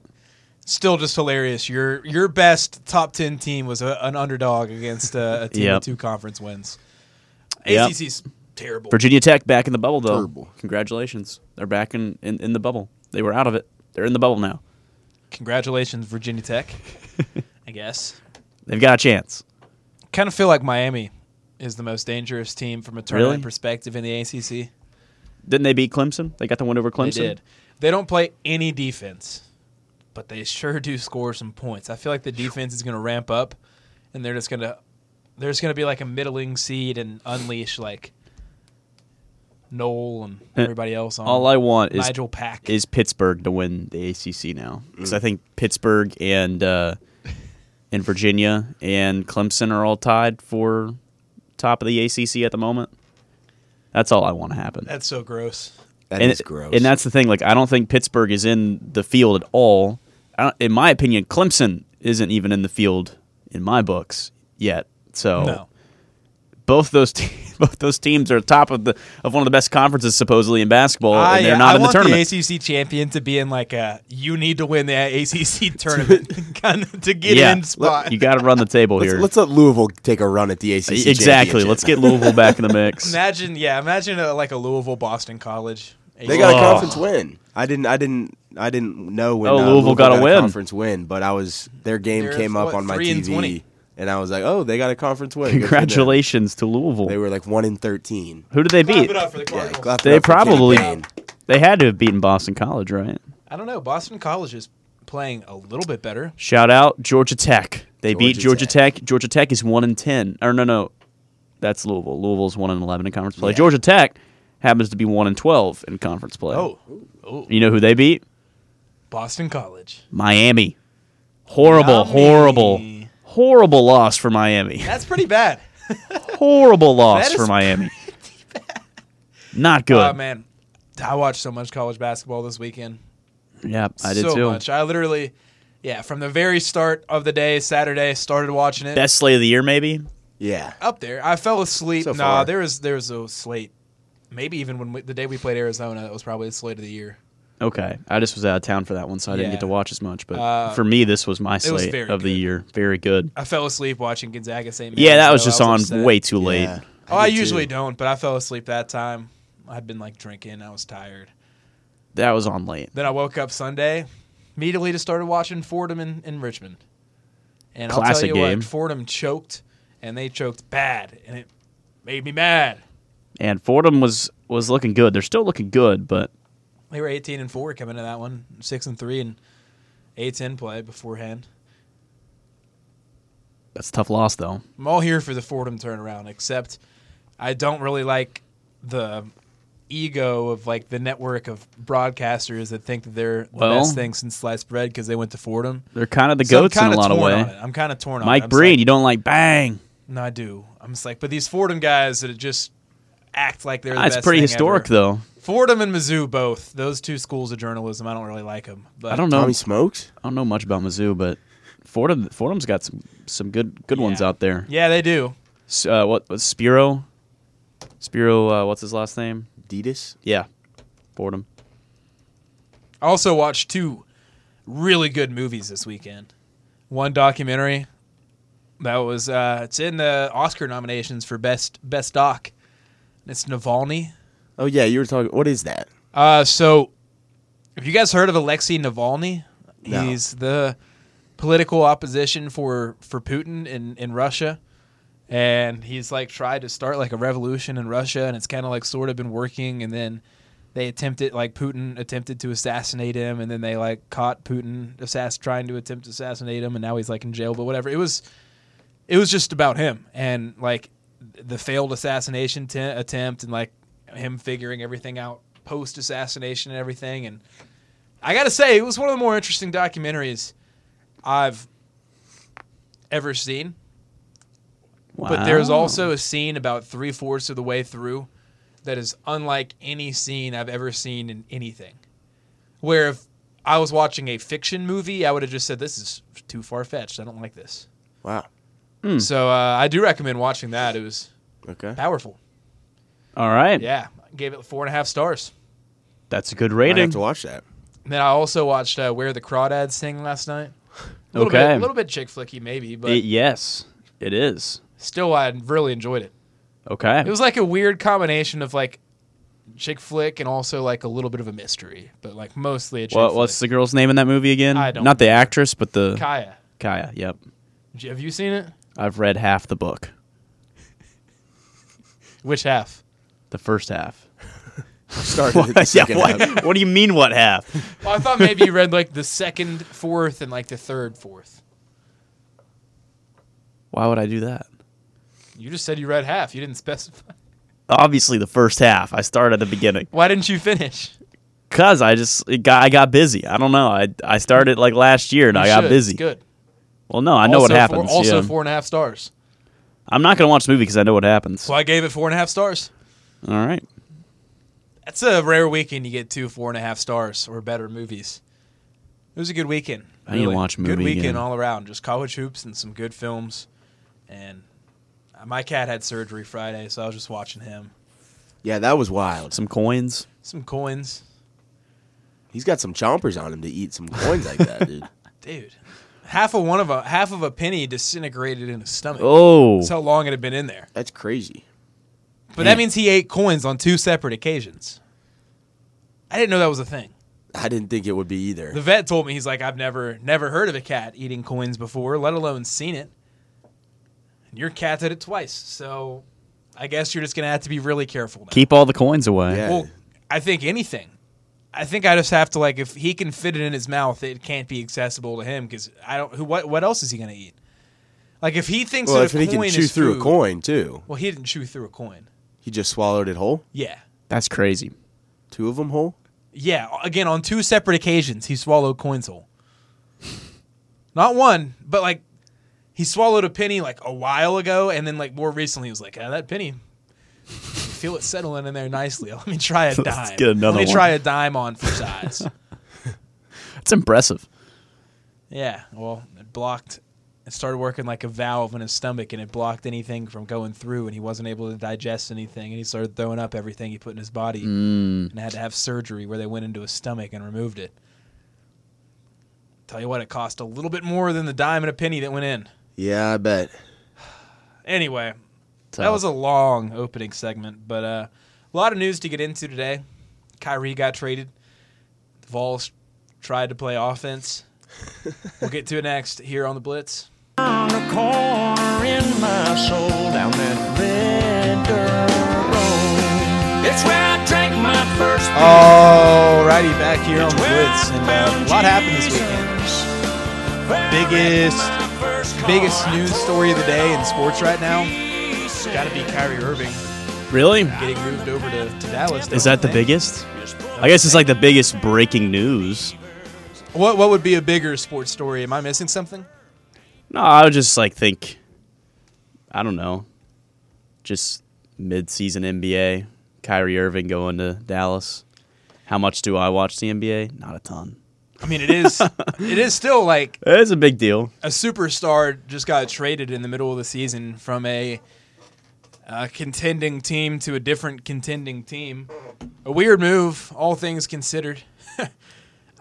Speaker 1: still just hilarious. Your your best top ten team was a, an underdog against a, a team
Speaker 2: Yep.
Speaker 1: with two conference wins.
Speaker 2: Yep.
Speaker 1: ACC's terrible.
Speaker 2: Virginia Tech back in the bubble, though.
Speaker 3: Terrible.
Speaker 2: Congratulations. They're back in, in, in the bubble. They were out of it. They're in the bubble now.
Speaker 1: Congratulations, Virginia Tech. I guess.
Speaker 2: They've got a chance.
Speaker 1: Kind of feel like Miami is the most dangerous team from a tournament
Speaker 2: Really?
Speaker 1: perspective in the ACC.
Speaker 2: Didn't they beat Clemson? They got the win over Clemson.
Speaker 1: They did. They don't play any defense, but they sure do score some points. I feel like the defense is going to ramp up, and they're just going to they're just going to be like a middling seed and unleash like Noel and everybody else on
Speaker 2: Eh, All I want is
Speaker 1: Nigel Pack.
Speaker 2: is Pittsburgh to win the ACC now because I think Pittsburgh and uh, and Virginia and Clemson are all tied for top of the ACC at the moment. That's all I want to happen.
Speaker 1: That's so gross.
Speaker 3: that is
Speaker 2: and it-
Speaker 3: gross.
Speaker 2: And that's the thing. Like I don't think Pittsburgh is in the field at all. I don't, in my opinion, Clemson isn't even in the field in my books yet. So
Speaker 1: No.
Speaker 2: both those te- both those teams are top of the of one of the best conferences supposedly in basketball,
Speaker 1: I,
Speaker 2: Oh, and they're
Speaker 1: Ah, yeah,
Speaker 2: not
Speaker 1: I
Speaker 2: in the
Speaker 1: want
Speaker 2: tournament.
Speaker 1: the ACC champion to be in like a you need to win the ACC tournament kind of to get
Speaker 2: yeah,
Speaker 1: in spot.
Speaker 2: you got to run the table
Speaker 3: let's,
Speaker 2: here.
Speaker 3: let's let Louisville take a run at the ACC.
Speaker 2: exactly.
Speaker 3: championship.
Speaker 2: Let's get Louisville back in the mix.
Speaker 1: imagine, yeah, imagine uh like a Louisville Boston College.
Speaker 3: They got
Speaker 2: Oh.
Speaker 3: a conference win. I didn't. I didn't. I didn't know when
Speaker 2: Oh,
Speaker 3: uh,
Speaker 2: Louisville got a win.
Speaker 3: conference win, but I was their game
Speaker 1: They're,
Speaker 3: came up
Speaker 1: what,
Speaker 3: on my
Speaker 1: three and 20?
Speaker 3: TV, and I was like, oh, they got a conference win. Good for them.
Speaker 2: Congratulations to Louisville.
Speaker 3: They were like one in thirteen.
Speaker 2: Who did they
Speaker 1: Clap
Speaker 2: beat?
Speaker 1: it up for the
Speaker 3: Yeah,
Speaker 1: Cardinals.
Speaker 3: clap it
Speaker 2: They
Speaker 3: up for
Speaker 2: probably-
Speaker 3: Campaign.
Speaker 2: They had to have beaten Boston College, right?
Speaker 1: I don't know. Boston College is playing a little bit better.
Speaker 2: Shout out Georgia Tech. They beat Georgia
Speaker 3: Georgia
Speaker 2: Tech. Georgia Tech is one in ten. Or no, no, that's Louisville. Louisville's one in eleven in conference play.
Speaker 3: Yeah.
Speaker 2: Georgia Tech happens to be one in twelve in conference play.
Speaker 1: Oh, oh,
Speaker 2: you know who they beat?
Speaker 1: Boston College.
Speaker 2: Miami. Horrible,
Speaker 1: Yummy.
Speaker 2: horrible, horrible loss for Miami.
Speaker 1: That's pretty bad.
Speaker 2: horrible loss
Speaker 1: That is
Speaker 2: for Miami. Not good.
Speaker 1: Oh man, I watched so much college basketball this weekend.
Speaker 2: Yeah, I did
Speaker 1: so
Speaker 2: too.
Speaker 1: much. I literally, yeah, from the very start of the day, Saturday, started watching it.
Speaker 2: Best slate of the year, maybe.
Speaker 3: Yeah.
Speaker 1: up there. I fell asleep.
Speaker 3: So
Speaker 1: nah,
Speaker 3: far.
Speaker 1: there was there was a slate. Maybe even when we, the day we played Arizona, that was probably the slate of the year.
Speaker 2: Okay, I just was out of town for that one, so I didn't
Speaker 1: Yeah.
Speaker 2: get to watch as much. But
Speaker 1: Uh,
Speaker 2: for me, this was my
Speaker 1: it was
Speaker 2: slate
Speaker 1: very
Speaker 2: of the
Speaker 1: good.
Speaker 2: year. Very good.
Speaker 1: I fell asleep watching Gonzaga St. Mary's.
Speaker 2: Yeah, that was
Speaker 1: though.
Speaker 2: just
Speaker 1: I
Speaker 2: on
Speaker 1: upset.
Speaker 2: way too late.
Speaker 3: Yeah.
Speaker 1: Oh, I
Speaker 3: did, too.
Speaker 1: usually don't, but I fell asleep that time. I'd been like drinking. I was tired.
Speaker 2: That was on late.
Speaker 1: Then I woke up Sunday, immediately just started watching Fordham in, in Richmond. And I'll tell
Speaker 2: Classic
Speaker 1: you
Speaker 2: game.
Speaker 1: what, Fordham choked, and they choked bad, and it made me mad.
Speaker 2: And Fordham was was looking good. They're still looking good, but
Speaker 1: They were 18 and 4 coming to that one, 6 and 3 and 8 10 play beforehand.
Speaker 2: that's a tough loss though.
Speaker 1: I'm all here for the Fordham turnaround, except I don't really like the ego of like the network of broadcasters that think that they're the
Speaker 2: Well-
Speaker 1: best thing since sliced bread because they went to Fordham.
Speaker 2: They're kind of the
Speaker 1: So I'm
Speaker 2: goats in a
Speaker 1: kinda
Speaker 2: lot of
Speaker 1: torn
Speaker 2: way.
Speaker 1: on it. I'm kind of torn on it.
Speaker 2: Mike
Speaker 1: I'm just
Speaker 2: Breed,
Speaker 1: like,
Speaker 2: you don't like bang.
Speaker 1: No, I do. I'm just like, but these Fordham guys that just act like they're the
Speaker 2: That's
Speaker 1: best
Speaker 2: pretty
Speaker 1: thing
Speaker 2: historic
Speaker 1: ever.
Speaker 2: though.
Speaker 1: Fordham and Mizzou both. Those two schools of journalism, I don't really like them. But
Speaker 2: I don't know.
Speaker 3: Tommy Smokes?
Speaker 2: I don't know much about Mizzou, but Fordham Fordham's got some some good good ones
Speaker 1: Yeah.
Speaker 2: out there.
Speaker 1: Yeah, they do.
Speaker 2: S- Uh, what was Spiro? Spiro, uh, what's his last name?
Speaker 3: Detis?
Speaker 2: Yeah, Fordham.
Speaker 1: I also watched two really good movies this weekend. One documentary that was uh, it's in the Oscar nominations for best best doc. It's Navalny.
Speaker 3: Oh, yeah, you were talking. What is that?
Speaker 1: Uh, so, have you guys heard of Alexei Navalny?
Speaker 3: No.
Speaker 1: He's the political opposition for for Putin in in Russia, and he's like tried to start like a revolution in Russia, and it's kind of like sort of been working, and then they attempted like Putin attempted to assassinate him, and then they like caught Putin assass trying to attempt to assassinate him, and now he's like in jail. But whatever, it was it was just about him and like the failed assassination te- attempt and like him figuring everything out post assassination and everything and I got to say it was one of the more interesting documentaries I've ever seen but there's
Speaker 2: Wow.
Speaker 1: also a scene about three fourths of the way through that is unlike any scene I've ever seen in anything. Where if I was watching a fiction movie, I would have just said, This is too far fetched. I don't like this.
Speaker 3: Wow.
Speaker 1: So uh, I do recommend watching that. It was
Speaker 3: Okay.
Speaker 1: powerful.
Speaker 2: all right.
Speaker 1: Yeah, I gave it four and a half stars.
Speaker 2: That's a good
Speaker 3: I
Speaker 2: rating.
Speaker 3: have to watch that.
Speaker 1: And then I also watched uh, Where the Crawdads Sing last night. A little
Speaker 2: Okay.
Speaker 1: bit, a little bit chick flicky maybe, but
Speaker 2: It- yes, it is.
Speaker 1: still I really enjoyed it.
Speaker 2: Okay.
Speaker 1: It was like a weird combination of like chick flick and also like a little bit of a mystery, but like mostly a chick
Speaker 2: What-
Speaker 1: flick.
Speaker 2: what's the girl's name in that movie again?
Speaker 1: I don't
Speaker 2: Not the actress, but the
Speaker 1: Kaya?
Speaker 2: Kaya. Yep.
Speaker 1: J- Have you seen it?
Speaker 2: I've read half the book,
Speaker 1: Which half?
Speaker 2: the first half.
Speaker 3: Started at the
Speaker 2: yeah,
Speaker 3: second half.
Speaker 2: what, what do you mean, what half?
Speaker 1: Well, I thought maybe you read like the second fourth and like the third fourth.
Speaker 2: Why would I do that?
Speaker 1: You just said you read half. You didn't specify.
Speaker 2: Obviously, the first half. I started at the beginning
Speaker 1: Why didn't you finish?
Speaker 2: because I just it got I got busy. I don't know. I I started like last year and
Speaker 1: You
Speaker 2: I got
Speaker 1: should.
Speaker 2: busy.
Speaker 1: Good.
Speaker 2: Well, no, I know what
Speaker 1: Also four-
Speaker 2: happens.
Speaker 1: also
Speaker 2: yeah.
Speaker 1: four and a half stars.
Speaker 2: I'm not gonna watch the movie because I know what happens.
Speaker 1: So I gave it four and a half stars.
Speaker 2: All right.
Speaker 1: That's a rare weekend you get two four and a half stars or better movies. It was a good weekend.
Speaker 2: I need to watch a
Speaker 1: Good
Speaker 2: movie
Speaker 1: weekend
Speaker 2: again.
Speaker 1: all around. Just college hoops and some good films. And uh, my cat had surgery Friday, so I was just watching him.
Speaker 3: Yeah, that was wild.
Speaker 2: Some coins.
Speaker 1: Some coins,
Speaker 3: He's got some chompers on him to eat some coins like that, dude.
Speaker 1: dude. Half of one of a half of a penny disintegrated in his stomach.
Speaker 2: Oh,
Speaker 1: That's how long it had been in there.
Speaker 3: That's crazy.
Speaker 1: But that means he ate coins on two separate occasions. I didn't know that was a thing.
Speaker 3: I didn't think it would be either.
Speaker 1: The vet told me he's like, I've never never heard of a cat eating coins before, let alone seen it. And your cat did it twice, so I guess you're just gonna have to be really careful. Now.
Speaker 2: keep all the coins away.
Speaker 3: Yeah.
Speaker 1: well, I think anything. I think I just have to like if he can fit it in his mouth, it can't be accessible to him because I don't. Who what what else is he gonna eat? Like if he thinks
Speaker 3: well,
Speaker 1: that
Speaker 3: if
Speaker 1: a
Speaker 3: he
Speaker 1: coin
Speaker 3: can
Speaker 1: is
Speaker 3: chew through
Speaker 1: food-
Speaker 3: a coin too,
Speaker 1: well, he didn't chew through a coin.
Speaker 3: he just swallowed it whole.
Speaker 1: Yeah,
Speaker 2: That's crazy.
Speaker 3: Two of them whole.
Speaker 1: Yeah, again, on two separate occasions, he swallowed coins whole. Not one, but like he swallowed a penny like a while ago, and then like more recently, he was like, ah, that penny, I feel it settling in there nicely. Let me try a dime.
Speaker 2: Let's get another
Speaker 1: Let me
Speaker 2: one."
Speaker 1: try a dime on for size.
Speaker 2: It's impressive.
Speaker 1: yeah, well, it blocked. It started working like a valve in his stomach, and it blocked anything from going through, and he wasn't able to digest anything, and he started throwing up everything he put in his body, and had to have surgery where they went into his stomach and removed it. Tell you what, it cost a little bit more than the dime and a penny that went in.
Speaker 3: Yeah, I bet.
Speaker 1: Anyway, that was a long opening segment, but uh, a lot of news to get into today. Kyrie got traded. The Vols tried to play offense. we'll get to it next here on the Blitz.
Speaker 4: corner in my soul down that red dirt road. It's where I drank my first beer.
Speaker 1: Alrighty, back here on
Speaker 4: It's
Speaker 1: the Blitz,
Speaker 4: where I
Speaker 1: and uh,
Speaker 4: found
Speaker 1: a lot happened this
Speaker 4: Jesus.
Speaker 1: weekend.
Speaker 4: Where I
Speaker 1: Biggest-
Speaker 4: wrecked my first car.
Speaker 1: Biggest news story of the day in sports right now, got to be Kyrie Irving
Speaker 2: Really?
Speaker 1: getting moved over to, to Dallas.
Speaker 2: Is
Speaker 1: don't
Speaker 2: that the
Speaker 1: you think?
Speaker 2: biggest? I guess it's like the biggest breaking news.
Speaker 1: What What would be a bigger sports story? Am I missing something?
Speaker 2: No, I would just like think, I don't know, just mid-season NBA, Kyrie Irving going to Dallas. How much do I watch the NBA? Not a ton.
Speaker 1: I mean, it is it is still like
Speaker 2: It's a big deal.
Speaker 1: a superstar just got traded in the middle of the season from a, uh contending team to a different contending team. A weird move, all things considered.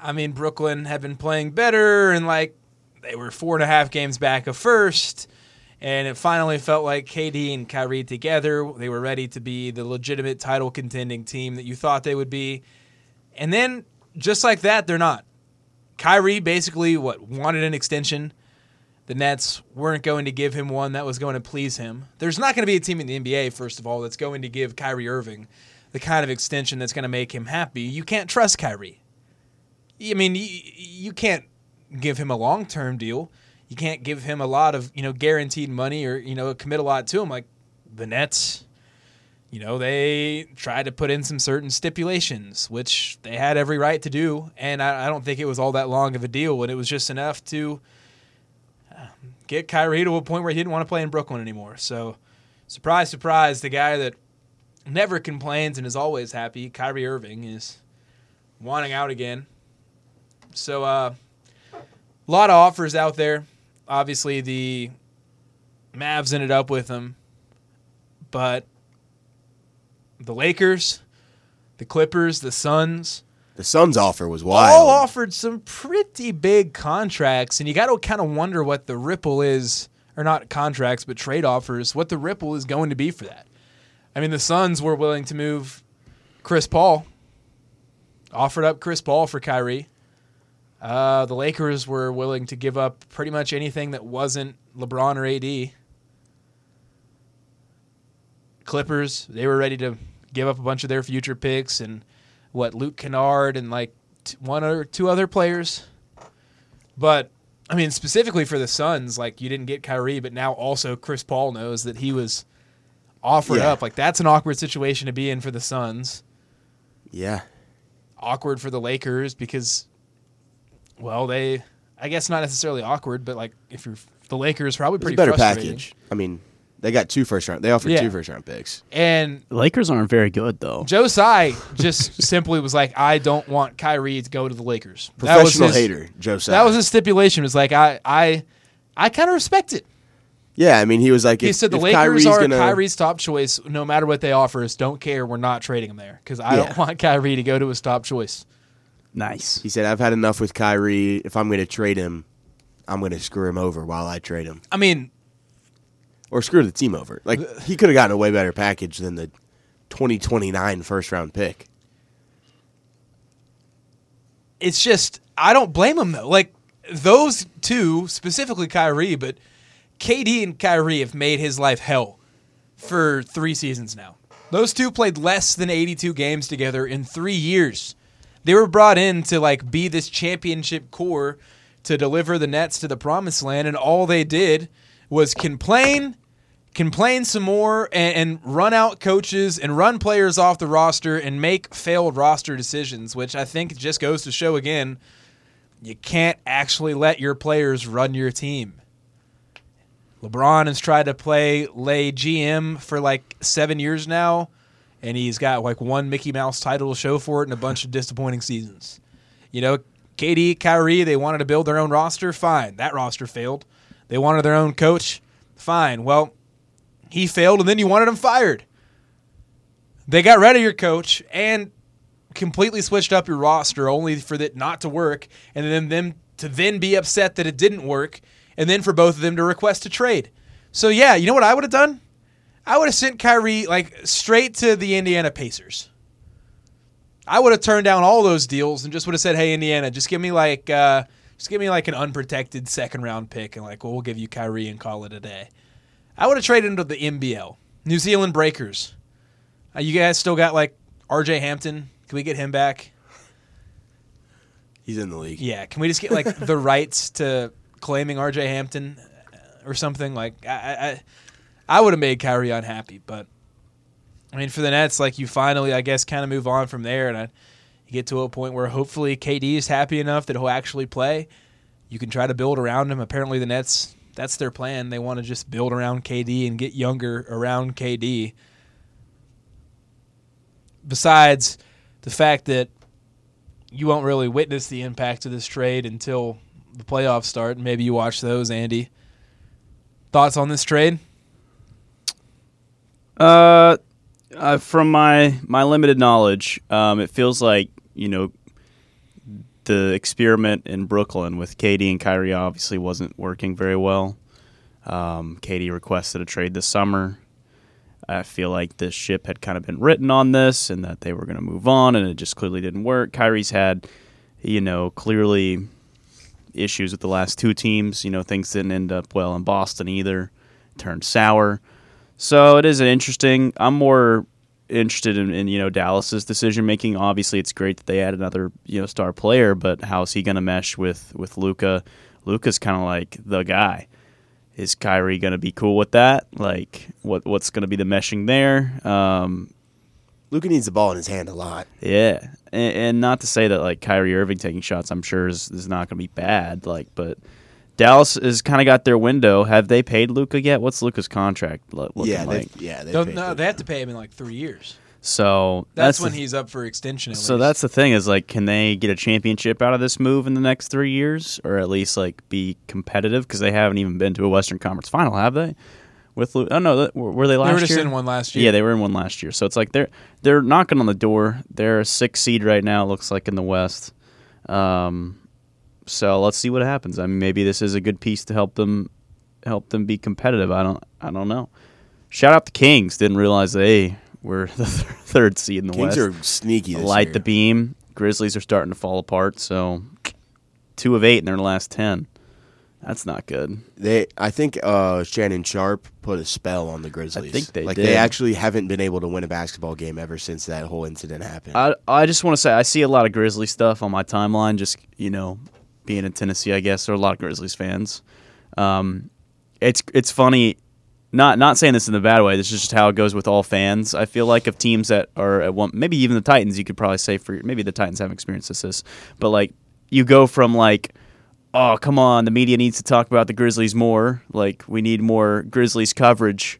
Speaker 1: I mean, Brooklyn had been playing better, and like they were four and a half games back of first, and it finally felt like KD and Kyrie together. They were ready to be the legitimate title contending team that you thought they would be. And then, just like that, they're not. Kyrie basically what wanted an extension. The Nets weren't going to give him one that was going to please him. There's not going to be a team in the NBA, first of all, that's going to give Kyrie Irving the kind of extension that's going to make him happy. You can't trust Kyrie. I mean, you, you can't give him a long term deal. You can't give him a lot of you know guaranteed money or you know commit a lot to him. Like the Nets, you know, they tried to put in some certain stipulations, which they had every right to do. And I, I don't think it was all that long of a deal, and it was just enough to uh, get Kyrie to a point where he didn't want to play in Brooklyn anymore. So, surprise, surprise, the guy that never complains and is always happy, Kyrie Irving, is wanting out again. So, a uh, lot of offers out there. Obviously, the Mavs ended up with him, but the Lakers, the Clippers, the Suns
Speaker 3: The Suns offer was
Speaker 1: all
Speaker 3: wild.
Speaker 1: offered some pretty big contracts, and you got to kind of wonder what the ripple is, or not contracts, but trade offers, what the ripple is going to be for that. I mean, the Suns were willing to move Chris Paul, offered up Chris Paul for Kyrie. Uh, the Lakers were willing to give up pretty much anything that wasn't LeBron or AD. Clippers, they were ready to give up a bunch of their future picks and what Luke Kennard and like t- one or two other players. But I mean, specifically for the Suns, like you didn't get Kyrie, but now also Chris Paul knows that he was offered
Speaker 3: Yeah.
Speaker 1: up. Like that's an awkward situation to be in for the Suns
Speaker 3: Yeah.
Speaker 1: awkward for the Lakers because, well, they, I guess not necessarily awkward, but like if you're the Lakers, probably
Speaker 3: It was
Speaker 1: pretty
Speaker 3: a better
Speaker 1: frustrating.
Speaker 3: package. I mean, they got two first round. They offered
Speaker 1: Yeah.
Speaker 3: two first round picks.
Speaker 1: And
Speaker 2: The Lakers aren't very good though.
Speaker 1: Joe Tsai just simply was like, I don't want Kyrie to go to the Lakers. That was
Speaker 3: Professional
Speaker 1: his-
Speaker 3: hater, Joe. Tsai.
Speaker 1: That was his stipulation. It was like I, I, I kind of respect it.
Speaker 3: yeah. I mean, he was like,
Speaker 1: He
Speaker 3: if,
Speaker 1: said the
Speaker 3: if
Speaker 1: Lakers
Speaker 3: Kyrie's
Speaker 1: are
Speaker 3: gonna,
Speaker 1: Kyrie's top choice. No matter what they offer us, don't care. We're not trading him there because I
Speaker 3: Yeah.
Speaker 1: don't want Kyrie to go to his top choice.
Speaker 2: Nice.
Speaker 3: He said, "I've had enough with Kyrie. If I'm going to trade him, I'm going to screw him over while I trade him,
Speaker 1: I mean,
Speaker 3: or screw the team over. Like he could have gotten a way better package than the 2029 first round pick.
Speaker 1: it's just I don't blame him though. Like those two specifically, Kyrie, but KD and Kyrie have made his life hell for three seasons now. Those two played less than 82 games together in three years. They were brought in to like be this championship core to deliver the Nets to the promised land, and all they did was complain, complain some more, and, and run out coaches and run players off the roster and make failed roster decisions, which I think just goes to show again you can't actually let your players run your team. LeBron has tried to play lay GM for like seven years now, and he's got like one Mickey Mouse title to show for it and a bunch of disappointing seasons. You know, KD, Kyrie, they wanted to build their own roster. Fine. That roster failed. They wanted their own coach. Fine. Well, he failed, and then you wanted him fired. They got rid of your coach and completely switched up your roster only for that not to work, and then them to then be upset that it didn't work, and then for both of them to request a trade. So yeah, you know what I would have done? I would have sent Kyrie like straight to the Indiana Pacers. I would have turned down all those deals and just would have said, "Hey, Indiana, just give me like uh, just give me like an unprotected second round pick, and like well, we'll give you Kyrie and call it a day." I would have traded him to the NBL, New Zealand Breakers. Uh, you guys still got like R.J. Hampton. Can we get him back?
Speaker 3: He's in the league.
Speaker 1: Yeah. Can we just get like the rights to claiming R.J. Hampton uh, or something? Like I, I- I, I would have made Kyrie unhappy, but I mean for the Nets, like you finally, I guess, kind of move on from there, and I, you get to a point where hopefully KD is happy enough that he'll actually play. You can try to build around him. Apparently, the Nets. That's their plan. They want to just build around KD and get younger around KD. Besides the fact that you won't really witness the impact of this trade until the playoffs start. Maybe you watch those, Andy. Thoughts on this trade?
Speaker 2: Uh, uh, from my my limited knowledge, um, it feels like you know the experiment in Brooklyn with Katie and Kyrie obviously wasn't working very well. Um, Katie requested a trade this summer. I feel like this ship had kind of been written on this, and that they were going to move on, and it just clearly didn't work. Kyrie's had, you know, clearly issues with the last two teams. You know, things didn't end up well in Boston either. Turned sour. So it is an interesting. I'm more interested in, in you know Dallas's decision making. Obviously, it's great that they add another you know star player, but how's he going to mesh with with Luca? Luca's kind of like the guy. Is Kyrie going to be cool with that? Like, what what's going to be the meshing there? Um,
Speaker 3: Luca needs the ball in his hand a lot.
Speaker 2: yeah, and, and not to say that like Kyrie Irving taking shots, I'm sure is, is not going to be bad. Like, but Dallas has kind of got their window. Have they paid Luca yet? What's Luca's contract lo- looking
Speaker 3: yeah,
Speaker 2: like?
Speaker 3: they, yeah. They
Speaker 1: No,
Speaker 3: paid
Speaker 1: no,
Speaker 3: Luka.
Speaker 1: they have to pay him in like three years.
Speaker 2: So
Speaker 1: That's,
Speaker 2: the-
Speaker 1: when he's up for extension. At
Speaker 2: So
Speaker 1: least.
Speaker 2: that's the thing is like, can they get a championship out of this move in the next three years, or at least like be competitive? Because they haven't even been to a Western Conference final, have they? With Lu- oh no, that, were were they last
Speaker 1: they were just
Speaker 2: year?
Speaker 1: in one last year.
Speaker 2: Yeah, they were in one last year. So it's like they're they're knocking on the door. They're a six seed right now. It looks like in the West. Um, so let's see what happens. I mean, maybe this is a good piece to help them help them be competitive. I don't I don't know. Shout out the Kings. Didn't realize they were the third seed in the West
Speaker 3: Kings are sneaky. This
Speaker 2: light
Speaker 3: year.
Speaker 2: the beam. Grizzlies are starting to fall apart. So two of eight in their last ten. That's not good.
Speaker 3: They, I think uh, Shannon Sharp put a spell on the Grizzlies.
Speaker 2: think they
Speaker 3: like
Speaker 2: did.
Speaker 3: they actually haven't been able to win a basketball game ever since that whole incident happened.
Speaker 2: I I just want to say I see a lot of Grizzly stuff on my timeline. Just you know, being in Tennessee, I guess there are a lot of Grizzlies fans. Um, it's it's funny. Not not saying this in a bad way. This is just how it goes with all fans. I feel like of teams that are at one, maybe even the Titans. You could probably say for maybe the Titans haven't experienced this, but like you go from like. Oh come on! The media needs to talk about the Grizzlies more. Like we need more Grizzlies coverage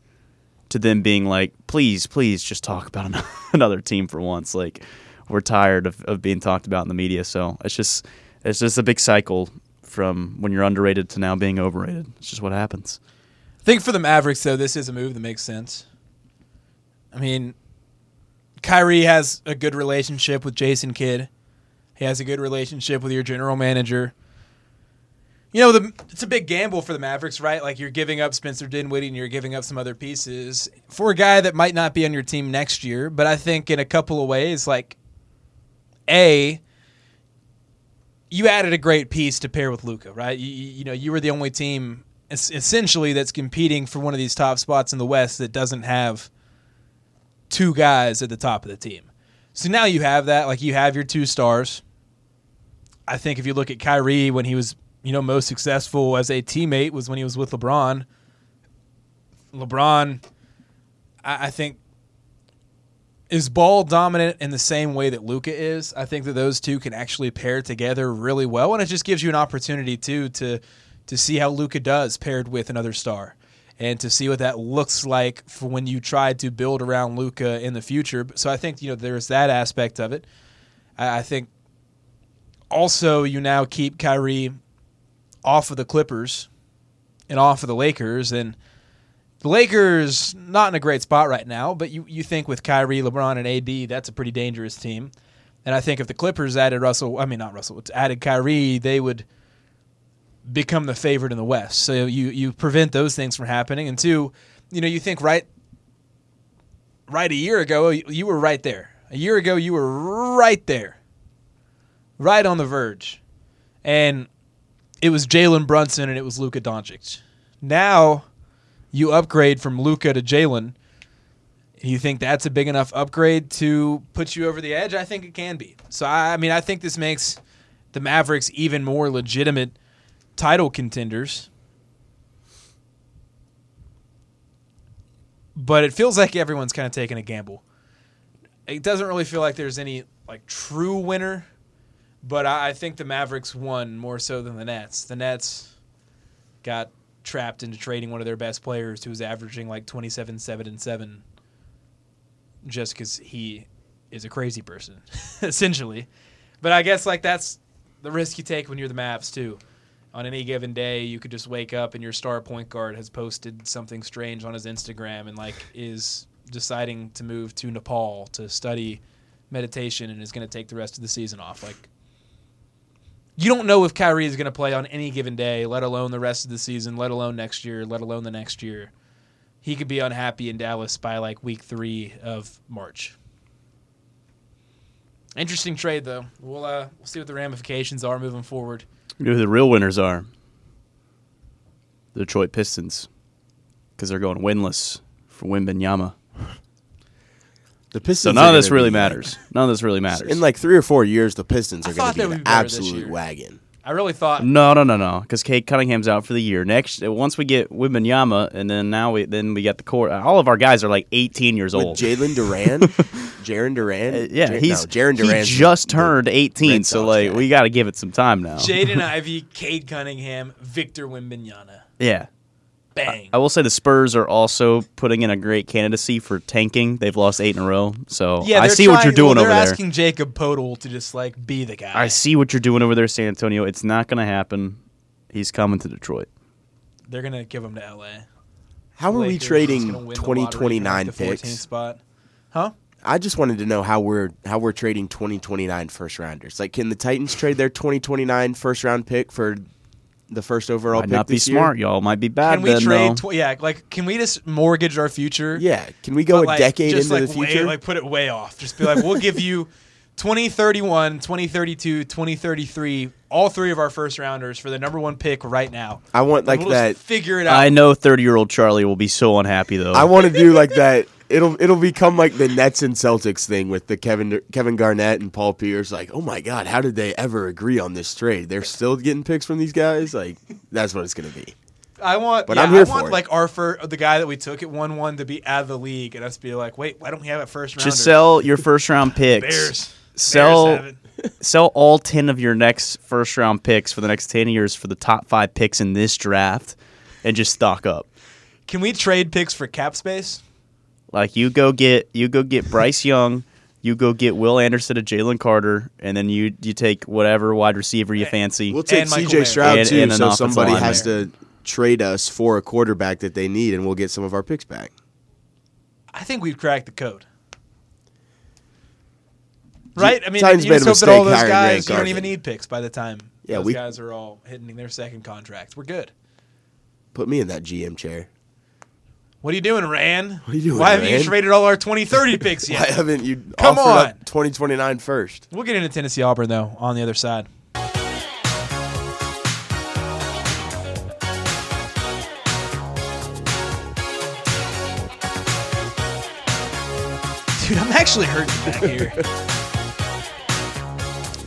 Speaker 2: to them being like, please, please just talk about an- another team for once. Like, we're tired of, of being talked about in the media. So it's just it's just a big cycle from when you're underrated to now being overrated. It's just what happens.
Speaker 1: I think for the Mavericks, though, this is a move that makes sense. I mean, Kyrie has a good relationship with Jason Kidd. He has a good relationship with your general manager. You know, the, it's a big gamble for the Mavericks, right? Like you're giving up Spencer Dinwiddie and you're giving up some other pieces for a guy that might not be on your team next year. But I think in a couple of ways, like a you added a great piece to pair with Luca, right? You, you you know, you were the only team es- essentially that's competing for one of these top spots in the West that doesn't have two guys at the top of the team. So now you have that, like you have your two stars. I think if you look at Kyrie when he was, you know, most successful as a teammate was when he was with LeBron. LeBron, I, I think, is ball dominant in the same way that Luca is. I think that those two can actually pair together really well, and it just gives you an opportunity too to to see how Luca does paired with another star, and to see what that looks like for when you try to build around Luca in the future. So I think you know there's that aspect of it. I, I think also you now keep Kyrie off of the Clippers and off of the Lakers and the Lakers not in a great spot right now, but you, you think with Kyrie, LeBron, and AD, that's a pretty dangerous team. And I think if the Clippers added Russell, I mean not Russell, added Kyrie, they would become the favorite in the West. So you you prevent those things from happening. And two, you know, you think right right a year ago you, you were right there. A year ago you were right there. Right on the verge. And it was Jalen Brunson and it was Luka Doncic. Now you upgrade from Luca to Jalen, You think that's a big enough upgrade to put you over the edge? I think it can be. So I, I mean, I think this makes the Mavericks even more legitimate title contenders. But it feels like everyone's kind of taking a gamble. It doesn't really feel like there's any like true winner, but I, I think the Mavericks won more so than the Nets. The Nets got trapped into trading one of their best players who was averaging like 27 7 and 7 just because he is a crazy person essentially but i guess like that's the risk you take when you're the mavs too on any given day you could just wake up and your star point guard has posted something strange on his instagram and like is deciding to move to nepal to study meditation and is going to take the rest of the season off like you don't know if Kyrie is going to play on any given day, let alone the rest of the season, let alone next year, let alone the next year. He could be unhappy in Dallas by like week three of March. Interesting trade though. We'll uh, we'll see what the ramifications are moving forward.
Speaker 2: You know who the real winners are? The Detroit Pistons, because they're going winless for Wimbenyama.
Speaker 3: The
Speaker 2: So
Speaker 3: Pistons.
Speaker 2: none
Speaker 3: are
Speaker 2: of this
Speaker 3: gonna
Speaker 2: really
Speaker 3: be-
Speaker 2: matters. None of this really matters.
Speaker 3: In like three or four years, the Pistons
Speaker 1: I
Speaker 3: are going
Speaker 1: thought
Speaker 3: to
Speaker 1: they
Speaker 3: be
Speaker 1: would
Speaker 3: an
Speaker 1: be better this
Speaker 3: absolute
Speaker 1: year.
Speaker 3: wagon.
Speaker 1: I really thought
Speaker 2: no, no, no, no. Because Kate Cunningham's out for the year. Next, once we get Wimbenyama, and then now we then we got the court. All of our guys are like 18 years
Speaker 3: With
Speaker 2: old.
Speaker 3: Jalen Duran, Jaron Duran.
Speaker 2: Uh, yeah,
Speaker 3: Jar-
Speaker 2: he's
Speaker 3: no, Jaron Duran.
Speaker 2: He just turned 18,
Speaker 3: Red
Speaker 2: so
Speaker 3: Sox
Speaker 2: like
Speaker 3: guy.
Speaker 2: we got to give it some time now.
Speaker 1: Jaden Ivey, Cade Cunningham, Victor Wimbenyana.
Speaker 2: yeah.
Speaker 1: Bang.
Speaker 2: I will say the Spurs are also putting in a great candidacy for tanking. They've lost eight in a row, so I
Speaker 1: they're
Speaker 2: see what
Speaker 1: trying-
Speaker 2: you're
Speaker 1: well,
Speaker 2: doing over
Speaker 1: They're
Speaker 2: there.
Speaker 1: asking Jacob Podol to just like be the guy.
Speaker 2: I see what you're doing over there, San Antonio. It's not going to happen. He's coming to Detroit.
Speaker 1: They're gonna give him to L.A.
Speaker 3: How are we
Speaker 1: Lakers
Speaker 3: trading
Speaker 1: gonna win the lottery for, like,
Speaker 3: 2029
Speaker 1: the 14th
Speaker 3: picks?
Speaker 1: Spot. Huh?
Speaker 3: I just wanted to know how we're how we're trading 2029 first rounders. Like, can the Titans trade their 2029 first round pick for the first overall
Speaker 2: Might
Speaker 3: pick
Speaker 2: not be
Speaker 3: this
Speaker 2: smart,
Speaker 3: year?
Speaker 2: y'all. Might be bad.
Speaker 1: Can we
Speaker 2: then,
Speaker 1: trade?
Speaker 2: though.
Speaker 1: Tw- yeah, like can we just mortgage our future?
Speaker 3: Yeah, can we go
Speaker 1: but,
Speaker 3: a
Speaker 1: like,
Speaker 3: decade
Speaker 1: just,
Speaker 3: into
Speaker 1: like,
Speaker 3: the
Speaker 1: way-
Speaker 3: future?
Speaker 1: like put it way off. Just be like, we'll give you 2031, 2032, 2033, all three of our first rounders for the number one pick right now.
Speaker 3: I want like
Speaker 1: we'll
Speaker 3: that.
Speaker 1: Just figure it out.
Speaker 2: I know 30 year old Charlie will be so unhappy though.
Speaker 3: I want to do like that. It'll it'll become like the Nets and Celtics thing with the Kevin Kevin Garnett and Paul Pierce. Like, oh my God, how did they ever agree on this trade? They're still getting picks from these guys. Like, that's what it's gonna be.
Speaker 1: I want,
Speaker 3: But
Speaker 1: yeah,
Speaker 3: I'm here
Speaker 1: I want
Speaker 3: for it.
Speaker 1: like our fir- the guy that we took at one one to be out of the league, and us be like, wait, why don't we have it first rounder?
Speaker 2: Just sell your first round picks.
Speaker 1: Bears.
Speaker 2: Sell
Speaker 1: Bears have it.
Speaker 2: sell all 10 of your next first round picks for the next 10 years for the top five picks in this draft and just stock up
Speaker 1: Can we trade picks for cap space?
Speaker 2: like you go get you go get bryce young you go get will anderson and jalen carter and then you you take whatever wide receiver you fancy
Speaker 3: We'll take
Speaker 1: And Michael
Speaker 3: CJ
Speaker 1: Mayer.
Speaker 3: Stroud
Speaker 2: And-
Speaker 3: too,
Speaker 2: and an
Speaker 3: so
Speaker 2: offensive
Speaker 3: somebody
Speaker 2: lineman.
Speaker 3: has to trade us for a quarterback that they need, and we'll get some of our picks back.
Speaker 1: I think we've cracked the code. Right? I mean,
Speaker 3: Titans
Speaker 1: you
Speaker 3: made
Speaker 1: just
Speaker 3: a
Speaker 1: hope that all
Speaker 3: mistake
Speaker 1: those
Speaker 3: hiring
Speaker 1: guys,
Speaker 3: Grant
Speaker 1: you don't
Speaker 3: Garvin.
Speaker 1: even need picks by the time
Speaker 3: Yeah,
Speaker 1: those
Speaker 3: we-
Speaker 1: guys are all hitting their second contract. We're good.
Speaker 3: Put me in that GM chair.
Speaker 1: What are you doing, Ran? What
Speaker 3: are you doing,
Speaker 1: Why haven't
Speaker 3: Ran?
Speaker 1: you traded all our 2030 picks
Speaker 3: Why
Speaker 1: yet?
Speaker 3: haven't you
Speaker 1: Come
Speaker 3: offered
Speaker 1: on.
Speaker 3: up 2029 first?
Speaker 1: we'll get into Tennessee Auburn, though, on the other side. Dude, I'm actually hurting back here.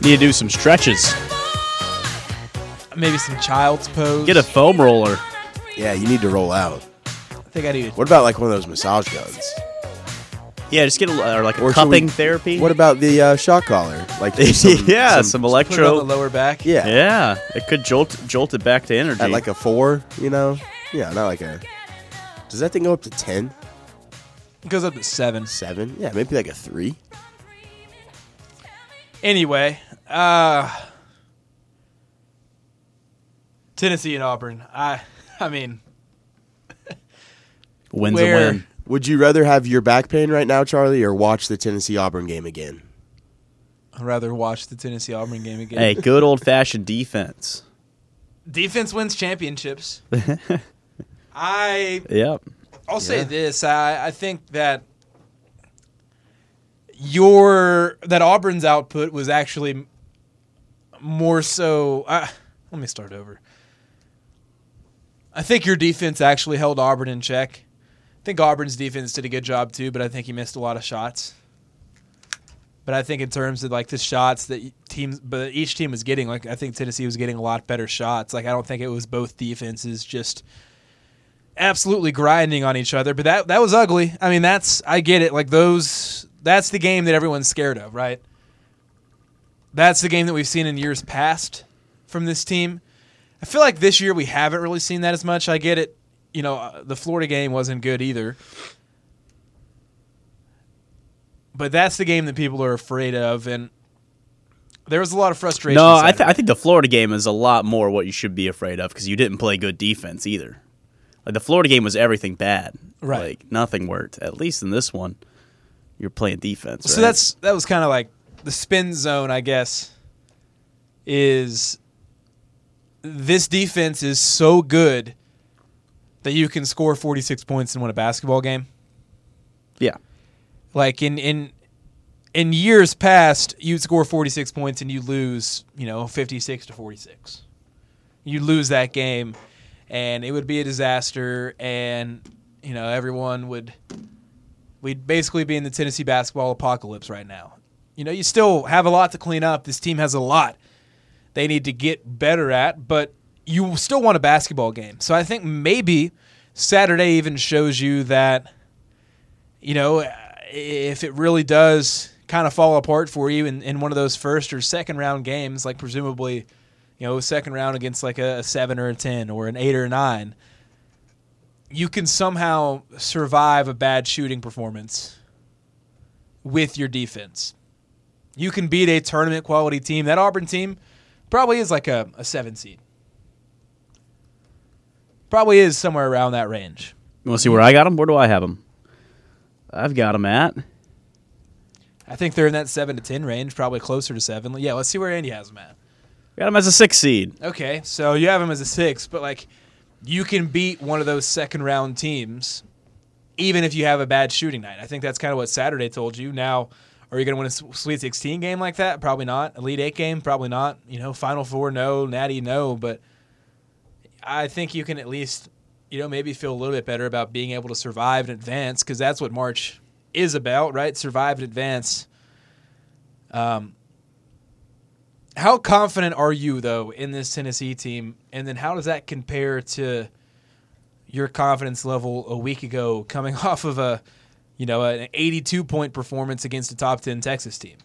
Speaker 2: need to do some stretches
Speaker 1: Maybe some child's pose.
Speaker 2: get a foam roller
Speaker 3: Yeah, you need to roll out.
Speaker 1: I think I need a
Speaker 3: What about like one of those massage guns?
Speaker 2: yeah just get a or like a
Speaker 3: Or should
Speaker 2: cupping
Speaker 3: we-
Speaker 2: therapy
Speaker 3: What about the uh, shock collar? Like, there's some,
Speaker 2: yeah some,
Speaker 1: Put it on
Speaker 2: electro
Speaker 1: the lower back.
Speaker 3: yeah,
Speaker 2: yeah it could jolt jolt it back to energy
Speaker 3: at like a four, you know? Yeah, not like a. Does that thing go up to 10,
Speaker 1: It goes up to seven.
Speaker 3: 7? Yeah, maybe like a three.
Speaker 1: Anyway, uh, Tennessee and Auburn. I, I mean,
Speaker 2: wins
Speaker 1: where-
Speaker 2: a win
Speaker 3: Would you rather have your back pain right now, Charlie, or watch the Tennessee Auburn game again?
Speaker 1: I'd rather watch the Tennessee Auburn game again.
Speaker 2: hey good old fashioned defense
Speaker 1: Defense wins championships. I
Speaker 2: yep
Speaker 1: I'll say
Speaker 3: Yeah.
Speaker 1: this. I, I think that your that Auburn's output was actually m- more so. Uh, let me start over. I think your defense actually held Auburn in check. think Auburn's defense did a good job too, but I think he missed a lot of shots. But I think in terms of like the shots that teams, but each team was getting, like I think Tennessee was getting a lot better shots. Like I don't think it was both defenses just absolutely grinding on each other. But that that was ugly. I mean, that's I get it. Like those, that's the game that everyone's scared of, right? That's the game that we've seen in years past from this team. I feel like this year we haven't really seen that as much. I get it. You know, uh, the Florida game wasn't good either. But that's the game that people are afraid of, and there was a lot of frustration.
Speaker 2: No, I, th-
Speaker 1: Saturday.
Speaker 2: I think the Florida game is a lot more what you should be afraid of because you didn't play good defense either. Like the Florida game was everything bad.
Speaker 1: Right.
Speaker 2: Like nothing worked. At least in this one, you're playing defense.
Speaker 1: So
Speaker 2: right?
Speaker 1: that's that was kind of like the spin zone, I guess. Is this defense is so good that you can score 46 points and win a basketball game?
Speaker 2: yeah.
Speaker 1: Like in in in years past, you'd score 46 points and you lose, you know, 56 to 46. You lose that game and it would be a disaster and you know, everyone would we'd basically be in the Tennessee basketball apocalypse right now. You know, you still have a lot to clean up. This team has a lot they need to get better at, but you still want a basketball game. So I think maybe Saturday even shows you that you know, uh, if it really does kind of fall apart for you in, in one of those first or second round games, like presumably, you know, second round against like a, a seven or a 10 or an eight or a nine, you can somehow survive a bad shooting performance with your defense. You can beat a tournament quality team. That Auburn team probably is like a, a seven seed. Probably is somewhere around that range.
Speaker 2: You want to see where I got them? Where do I have them? I've got them at.
Speaker 1: I think they're in that seven to ten range, probably closer to seven. Yeah, let's see where Andy has them at.
Speaker 2: Got them as a six seed.
Speaker 1: Okay, so you have them as a six, but like you can beat one of those second round teams, even if you have a bad shooting night. I think that's kind of what Saturday told you. Now, are you going to win a S- Sweet Sixteen game like that? Probably not. Elite Eight game, probably not. You know, Final Four, no. Natty, no. But I think you can at least, you know, maybe feel a little bit better about being able to survive and advance because that's what March is about, right? Survive and advance. How confident are you though in this Tennessee team, and then how does that compare to your confidence level a week ago, coming off of a, you know, an 82 point performance against a top 10 Texas team?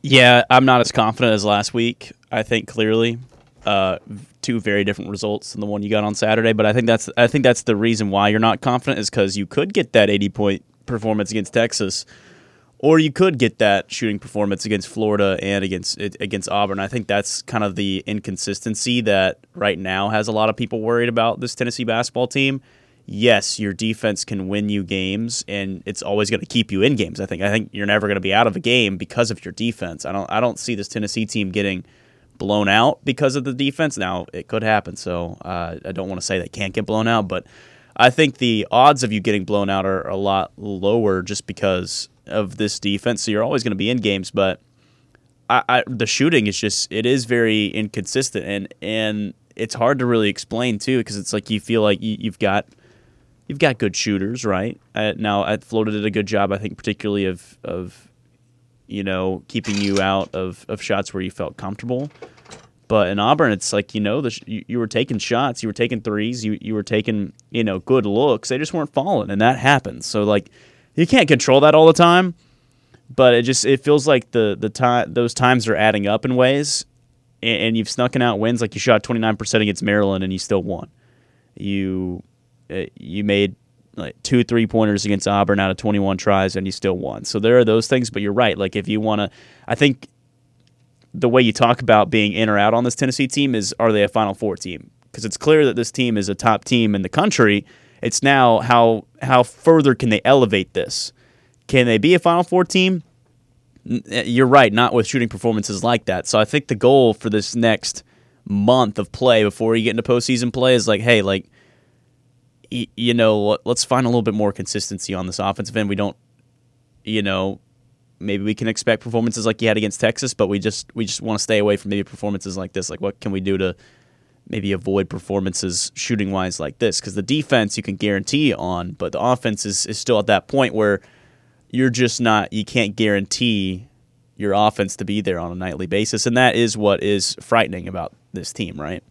Speaker 2: Yeah, I'm not as confident as last week. I think clearly, uh, two very different results than the one you got on Saturday. But I think that's I think that's the reason why you're not confident is because you could get that 80 point performance against Texas, or you could get that shooting performance against Florida and against against Auburn. I think that's kind of the inconsistency that right now has a lot of people worried about this Tennessee basketball team. Yes, your defense can win you games, and it's always going to keep you in games. I think. I think you're never going to be out of a game because of your defense. I don't. I don't see this Tennessee team getting blown out because of the defense. Now it could happen, so uh, I don't want to say they can't get blown out, but I think the odds of you getting blown out are a lot lower just because of this defense. So you're always going to be in games, but I, I, the shooting is just it is very inconsistent, and and it's hard to really explain too because it's like you feel like you, you've got you've got good shooters, right? Uh, now, at Florida did a good job, I think, particularly of of you know keeping you out of of shots where you felt comfortable. But in Auburn, it's like you know the sh- you, you were taking shots, you were taking threes, you you were taking you know good looks. They just weren't falling, and that happens. So like you can't control that all the time. But it just it feels like the the time those times are adding up in ways, and, and you've snucken out wins. Like you shot twenty nine percent against Maryland, and you still won you uh, you made like two three pointers against Auburn out of 21 tries and you still won. So there are those things, but you're right. Like if you want to, I think the way you talk about being in or out on this Tennessee team is are they a Final Four team? Because it's clear that this team is a top team in the country. It's now how how further can they elevate this? Can they be a Final Four team? N- eh, You're right, not with shooting performances like that. So I think the goal for this next month of play before you get into postseason play is like, hey, like y- you know, let- let's find a little bit more consistency on this offensive end. We don't, you know, maybe we can expect performances like you had against Texas, but we just we just want to stay away from maybe performances like this. Like, what can we do to maybe avoid performances shooting wise like this because the defense you can guarantee on, but the offense is, is still at that point where you're just not you can't guarantee your offense to be there on a nightly basis, and that is what is frightening about this team, right?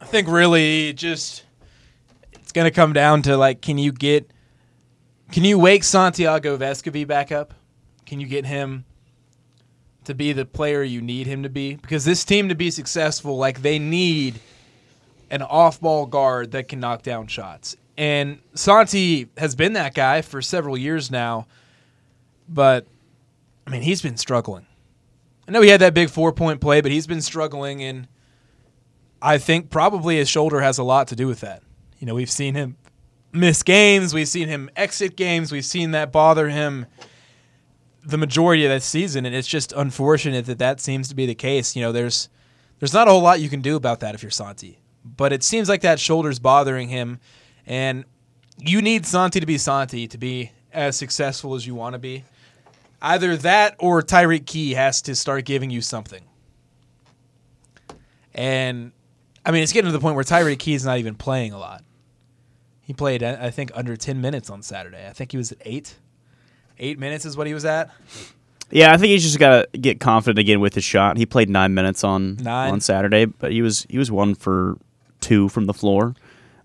Speaker 1: I think really just it's going to come down to like, can you get, can you wake Santiago Vescovi back up? Can you get him to be the player you need him to be? Because this team to be successful, like they need an off-ball guard that can knock down shots, and Santi has been that guy for several years now. But I mean, he's been struggling. I know he had that big four-point play, but he's been struggling and. I think probably his shoulder has a lot to do with that. You know, we've seen him miss games, we've seen him exit games, we've seen that bother him the majority of that season, and it's just unfortunate that that seems to be the case. You know, there's there's not a whole lot you can do about that if you're Santi, but it seems like that shoulder's bothering him, and you need Santi to be Santi to be as successful as you want to be. Either that or Tyreek Key has to start giving you something. And I mean, it's getting to the point where Tyreek Key's not even playing a lot. He played, I I think, under 10 minutes on Saturday. I think he was at eight. Eight minutes is what he was at.
Speaker 2: Yeah, I think he's just got to get confident again with his shot. He played nine minutes on
Speaker 1: Nine.
Speaker 2: on Saturday, but he was he was one for two from the floor.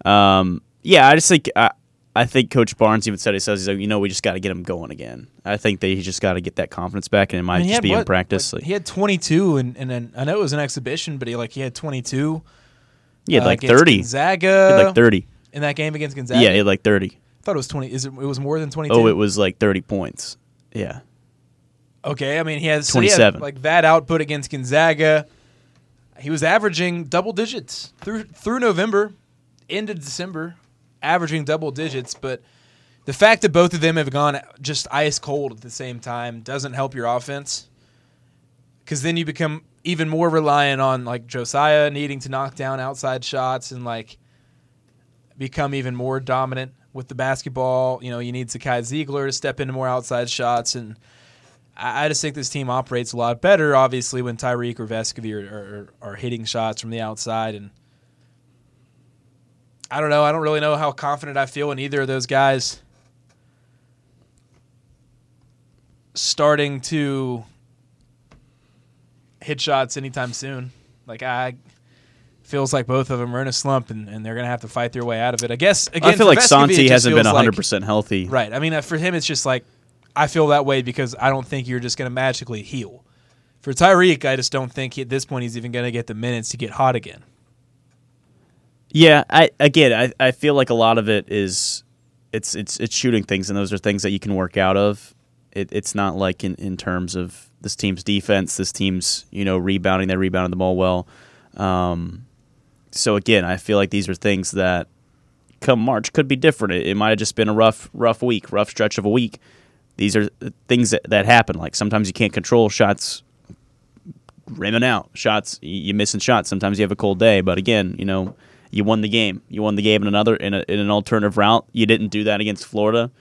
Speaker 2: Um, yeah, I just think I, I think Coach Barnes even said he says he's like you know we just got to get him going again. I think that he just got to get that confidence back, and it might
Speaker 1: I mean, he
Speaker 2: just
Speaker 1: had
Speaker 2: be in
Speaker 1: what-
Speaker 2: practice.
Speaker 1: like,
Speaker 2: Like,
Speaker 1: he had 22, and, and then I know it was an exhibition, but he like he had 22.
Speaker 2: he had
Speaker 1: uh,
Speaker 2: like
Speaker 1: against
Speaker 2: thirty, he
Speaker 1: Gonzaga.
Speaker 2: had like thirty.
Speaker 1: in that game against Gonzaga.
Speaker 2: Yeah, he had like thirty.
Speaker 1: I thought it was 20. Is it? It was more than 22.
Speaker 2: Oh, it was like thirty points. Yeah,
Speaker 1: Okay, I mean he had so he had,
Speaker 2: 27.
Speaker 1: like that output against Gonzaga. He was averaging double digits through through November, into December, averaging double digits. But the fact that both of them have gone just ice cold at the same time doesn't help your offense, because then you become even more reliant on like Josiah needing to knock down outside shots and like become even more dominant with the basketball. You know, you need Sakai Ziegler to step into more outside shots and. I, I just think this team operates a lot better, obviously, when Tyreek or Vescovy are, are, are hitting shots from the outside. And I don't know. I don't really know how confident I feel in either of those guys starting to hit shots anytime soon. Like, I. Feels like both of them are in a slump, and, and they're going to have to fight their way out of it. I guess. Again,
Speaker 2: I feel
Speaker 1: for
Speaker 2: like
Speaker 1: Vescovy, it
Speaker 2: Santi
Speaker 1: just
Speaker 2: hasn't been
Speaker 1: feels like-
Speaker 2: hundred percent healthy.
Speaker 1: Right. I mean, uh, for him, it's just like I feel that way because I don't think you're just going to magically heal. For Tyreek, I just don't think he, at this point he's even going to get the minutes to get hot again.
Speaker 2: Yeah, I again, I, I feel like a lot of it is it's it's it's shooting things, and those are things that you can work out of. It, it's not like in, in terms of this team's defense, this team's you know rebounding, they rebounded the ball well. Um, so again, I feel like these are things that come March could be different. It, it might have just been a rough rough week, rough stretch of a week. These are things that, that happen. Like sometimes you can't control shots rimming out shots. y- You're missing shots. Sometimes you have a cold day, but again, you know, you won the game. You won the game in another in, a, in an alternative route. You didn't do that against Florida,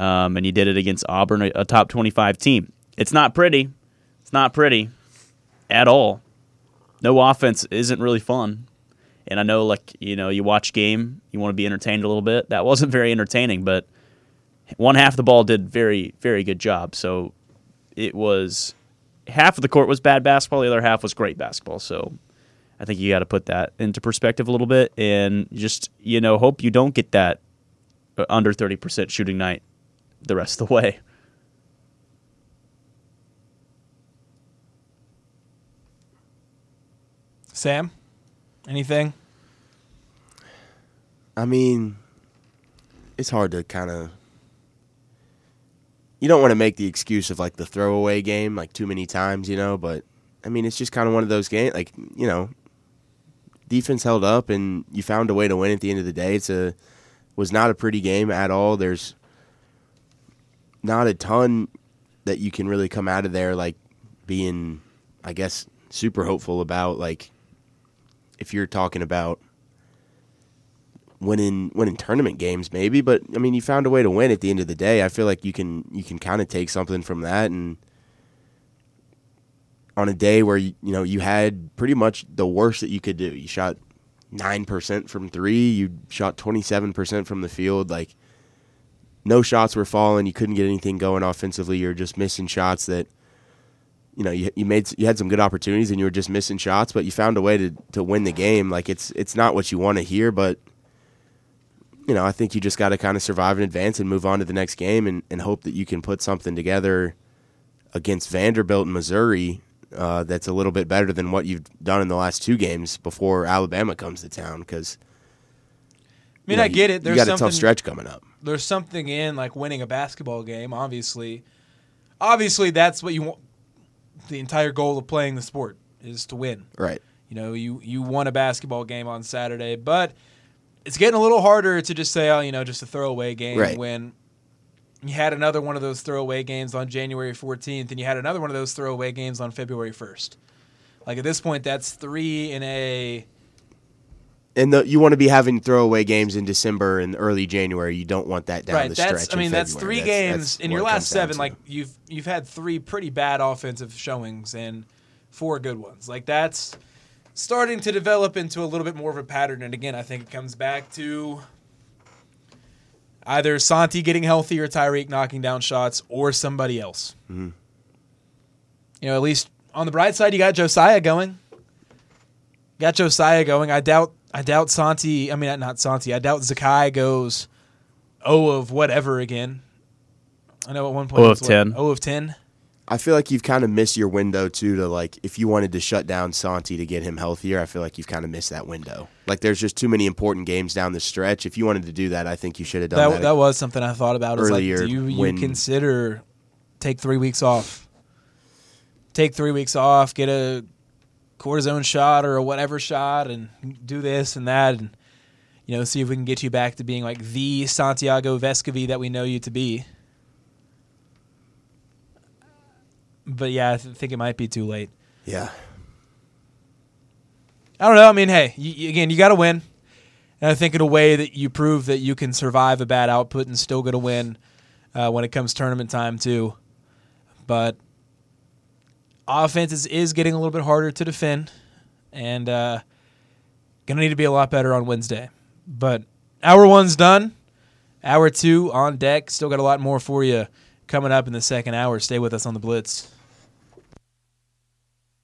Speaker 2: um, and you did it against Auburn, a, a top 25 team. It's not pretty. It's not pretty at all. No offense isn't really fun. And I know, like you know, you watch game, you want to be entertained a little bit. That wasn't very entertaining, but one half of the ball did very, very good job. So it was half of the court was bad basketball, the other half was great basketball. So I think you got to put that into perspective a little bit and just, you know, hope you don't get that uh, under 30% shooting night the rest of the way.
Speaker 1: Sam, anything?
Speaker 3: I mean, it's hard to kind of. You don't want to make the excuse of like the throwaway game like too many times, you know. But I mean, it's just kind of one of those games. Like you know, defense held up and you found a way to win at the end of the day. It's a was not a pretty game at all. There's not a ton that you can really come out of there like being, I guess, super hopeful about. Like if you're talking about winning winning tournament games maybe but i mean you found a way to win at the end of the day i feel like you can you can kind of take something from that and on a day where you, you know you had pretty much the worst that you could do. You shot nine percent from three. You shot twenty seven percent from the field. Like no shots were falling. You couldn't get anything going offensively. You're just missing shots that you know you, you made you had some good opportunities and you were just missing shots, but you found a way to to win the game. Like it's it's not what you want to hear, but you know I think you just got to kind of survive and advance and move on to the next game and, and hope that you can put something together against Vanderbilt and Missouri. Uh, that's a little bit better than what you've done in the last two games before Alabama comes to town because
Speaker 1: I mean, I get it. There's
Speaker 3: you got a
Speaker 1: something,
Speaker 3: tough stretch coming up.
Speaker 1: There's something in like winning a basketball game. Obviously, obviously that's what you want. The entire goal of playing the sport is to win.
Speaker 3: Right.
Speaker 1: You know, you you won a basketball game on Saturday, but it's getting a little harder to just say, oh, you know, just a throwaway game
Speaker 3: Right.
Speaker 1: when you had another one of those throwaway games on January 14th and you had another one of those throwaway games on February 1st. Like at this point, that's three in a
Speaker 3: And the, you want to be having throwaway games in December and early January. You don't want that down
Speaker 1: right.
Speaker 3: the
Speaker 1: That's
Speaker 3: stretch.
Speaker 1: I
Speaker 3: in
Speaker 1: mean, that's three
Speaker 3: February.
Speaker 1: games
Speaker 3: that's
Speaker 1: in your
Speaker 3: what it
Speaker 1: last
Speaker 3: comes down
Speaker 1: seven.
Speaker 3: to.
Speaker 1: Like you've you've had three pretty bad offensive showings and four good ones. Like that's starting to develop into a little bit more of a pattern. And again, I think it comes back to either Santi getting healthy or Tyreek knocking down shots or somebody else. You know, at least on the bright side, you got Josiah going. Got Josiah going. I doubt. I doubt Santi. I mean, not Santi. I doubt Zakai goes O of whatever again. I know at one point
Speaker 2: O
Speaker 1: it
Speaker 2: of
Speaker 1: was what,
Speaker 2: 10.
Speaker 1: O of ten.
Speaker 3: I feel like you've kind of missed your window too. To like, if you wanted to shut down Santi to get him healthier, I feel like you've kind of missed that window. Like, there's just too many important games down the stretch. If you wanted to do that, I think you should have done
Speaker 1: That
Speaker 3: that.
Speaker 1: that was something I thought about. Is like,
Speaker 3: Earlier
Speaker 1: do you, you
Speaker 3: when-
Speaker 1: consider take three weeks off? Take three weeks off. Get a cortisone shot or a whatever shot, and do this and that, and you know, see if we can get you back to being like the Santiago Vescovi that we know you to be. But yeah, I th- think it might be too late.
Speaker 3: yeah,
Speaker 1: I don't know. I mean, hey, you, you- again, you got to win. And I think in a way that you prove that you can survive a bad output and still going to win uh, when it comes tournament time too. But offense is, is getting a little bit harder to defend, and uh, gonna need to be a lot better on Wednesday. But hour one's done. Hour two on deck. Still got a lot more for you coming up in the second hour. Stay with us on the Blitz.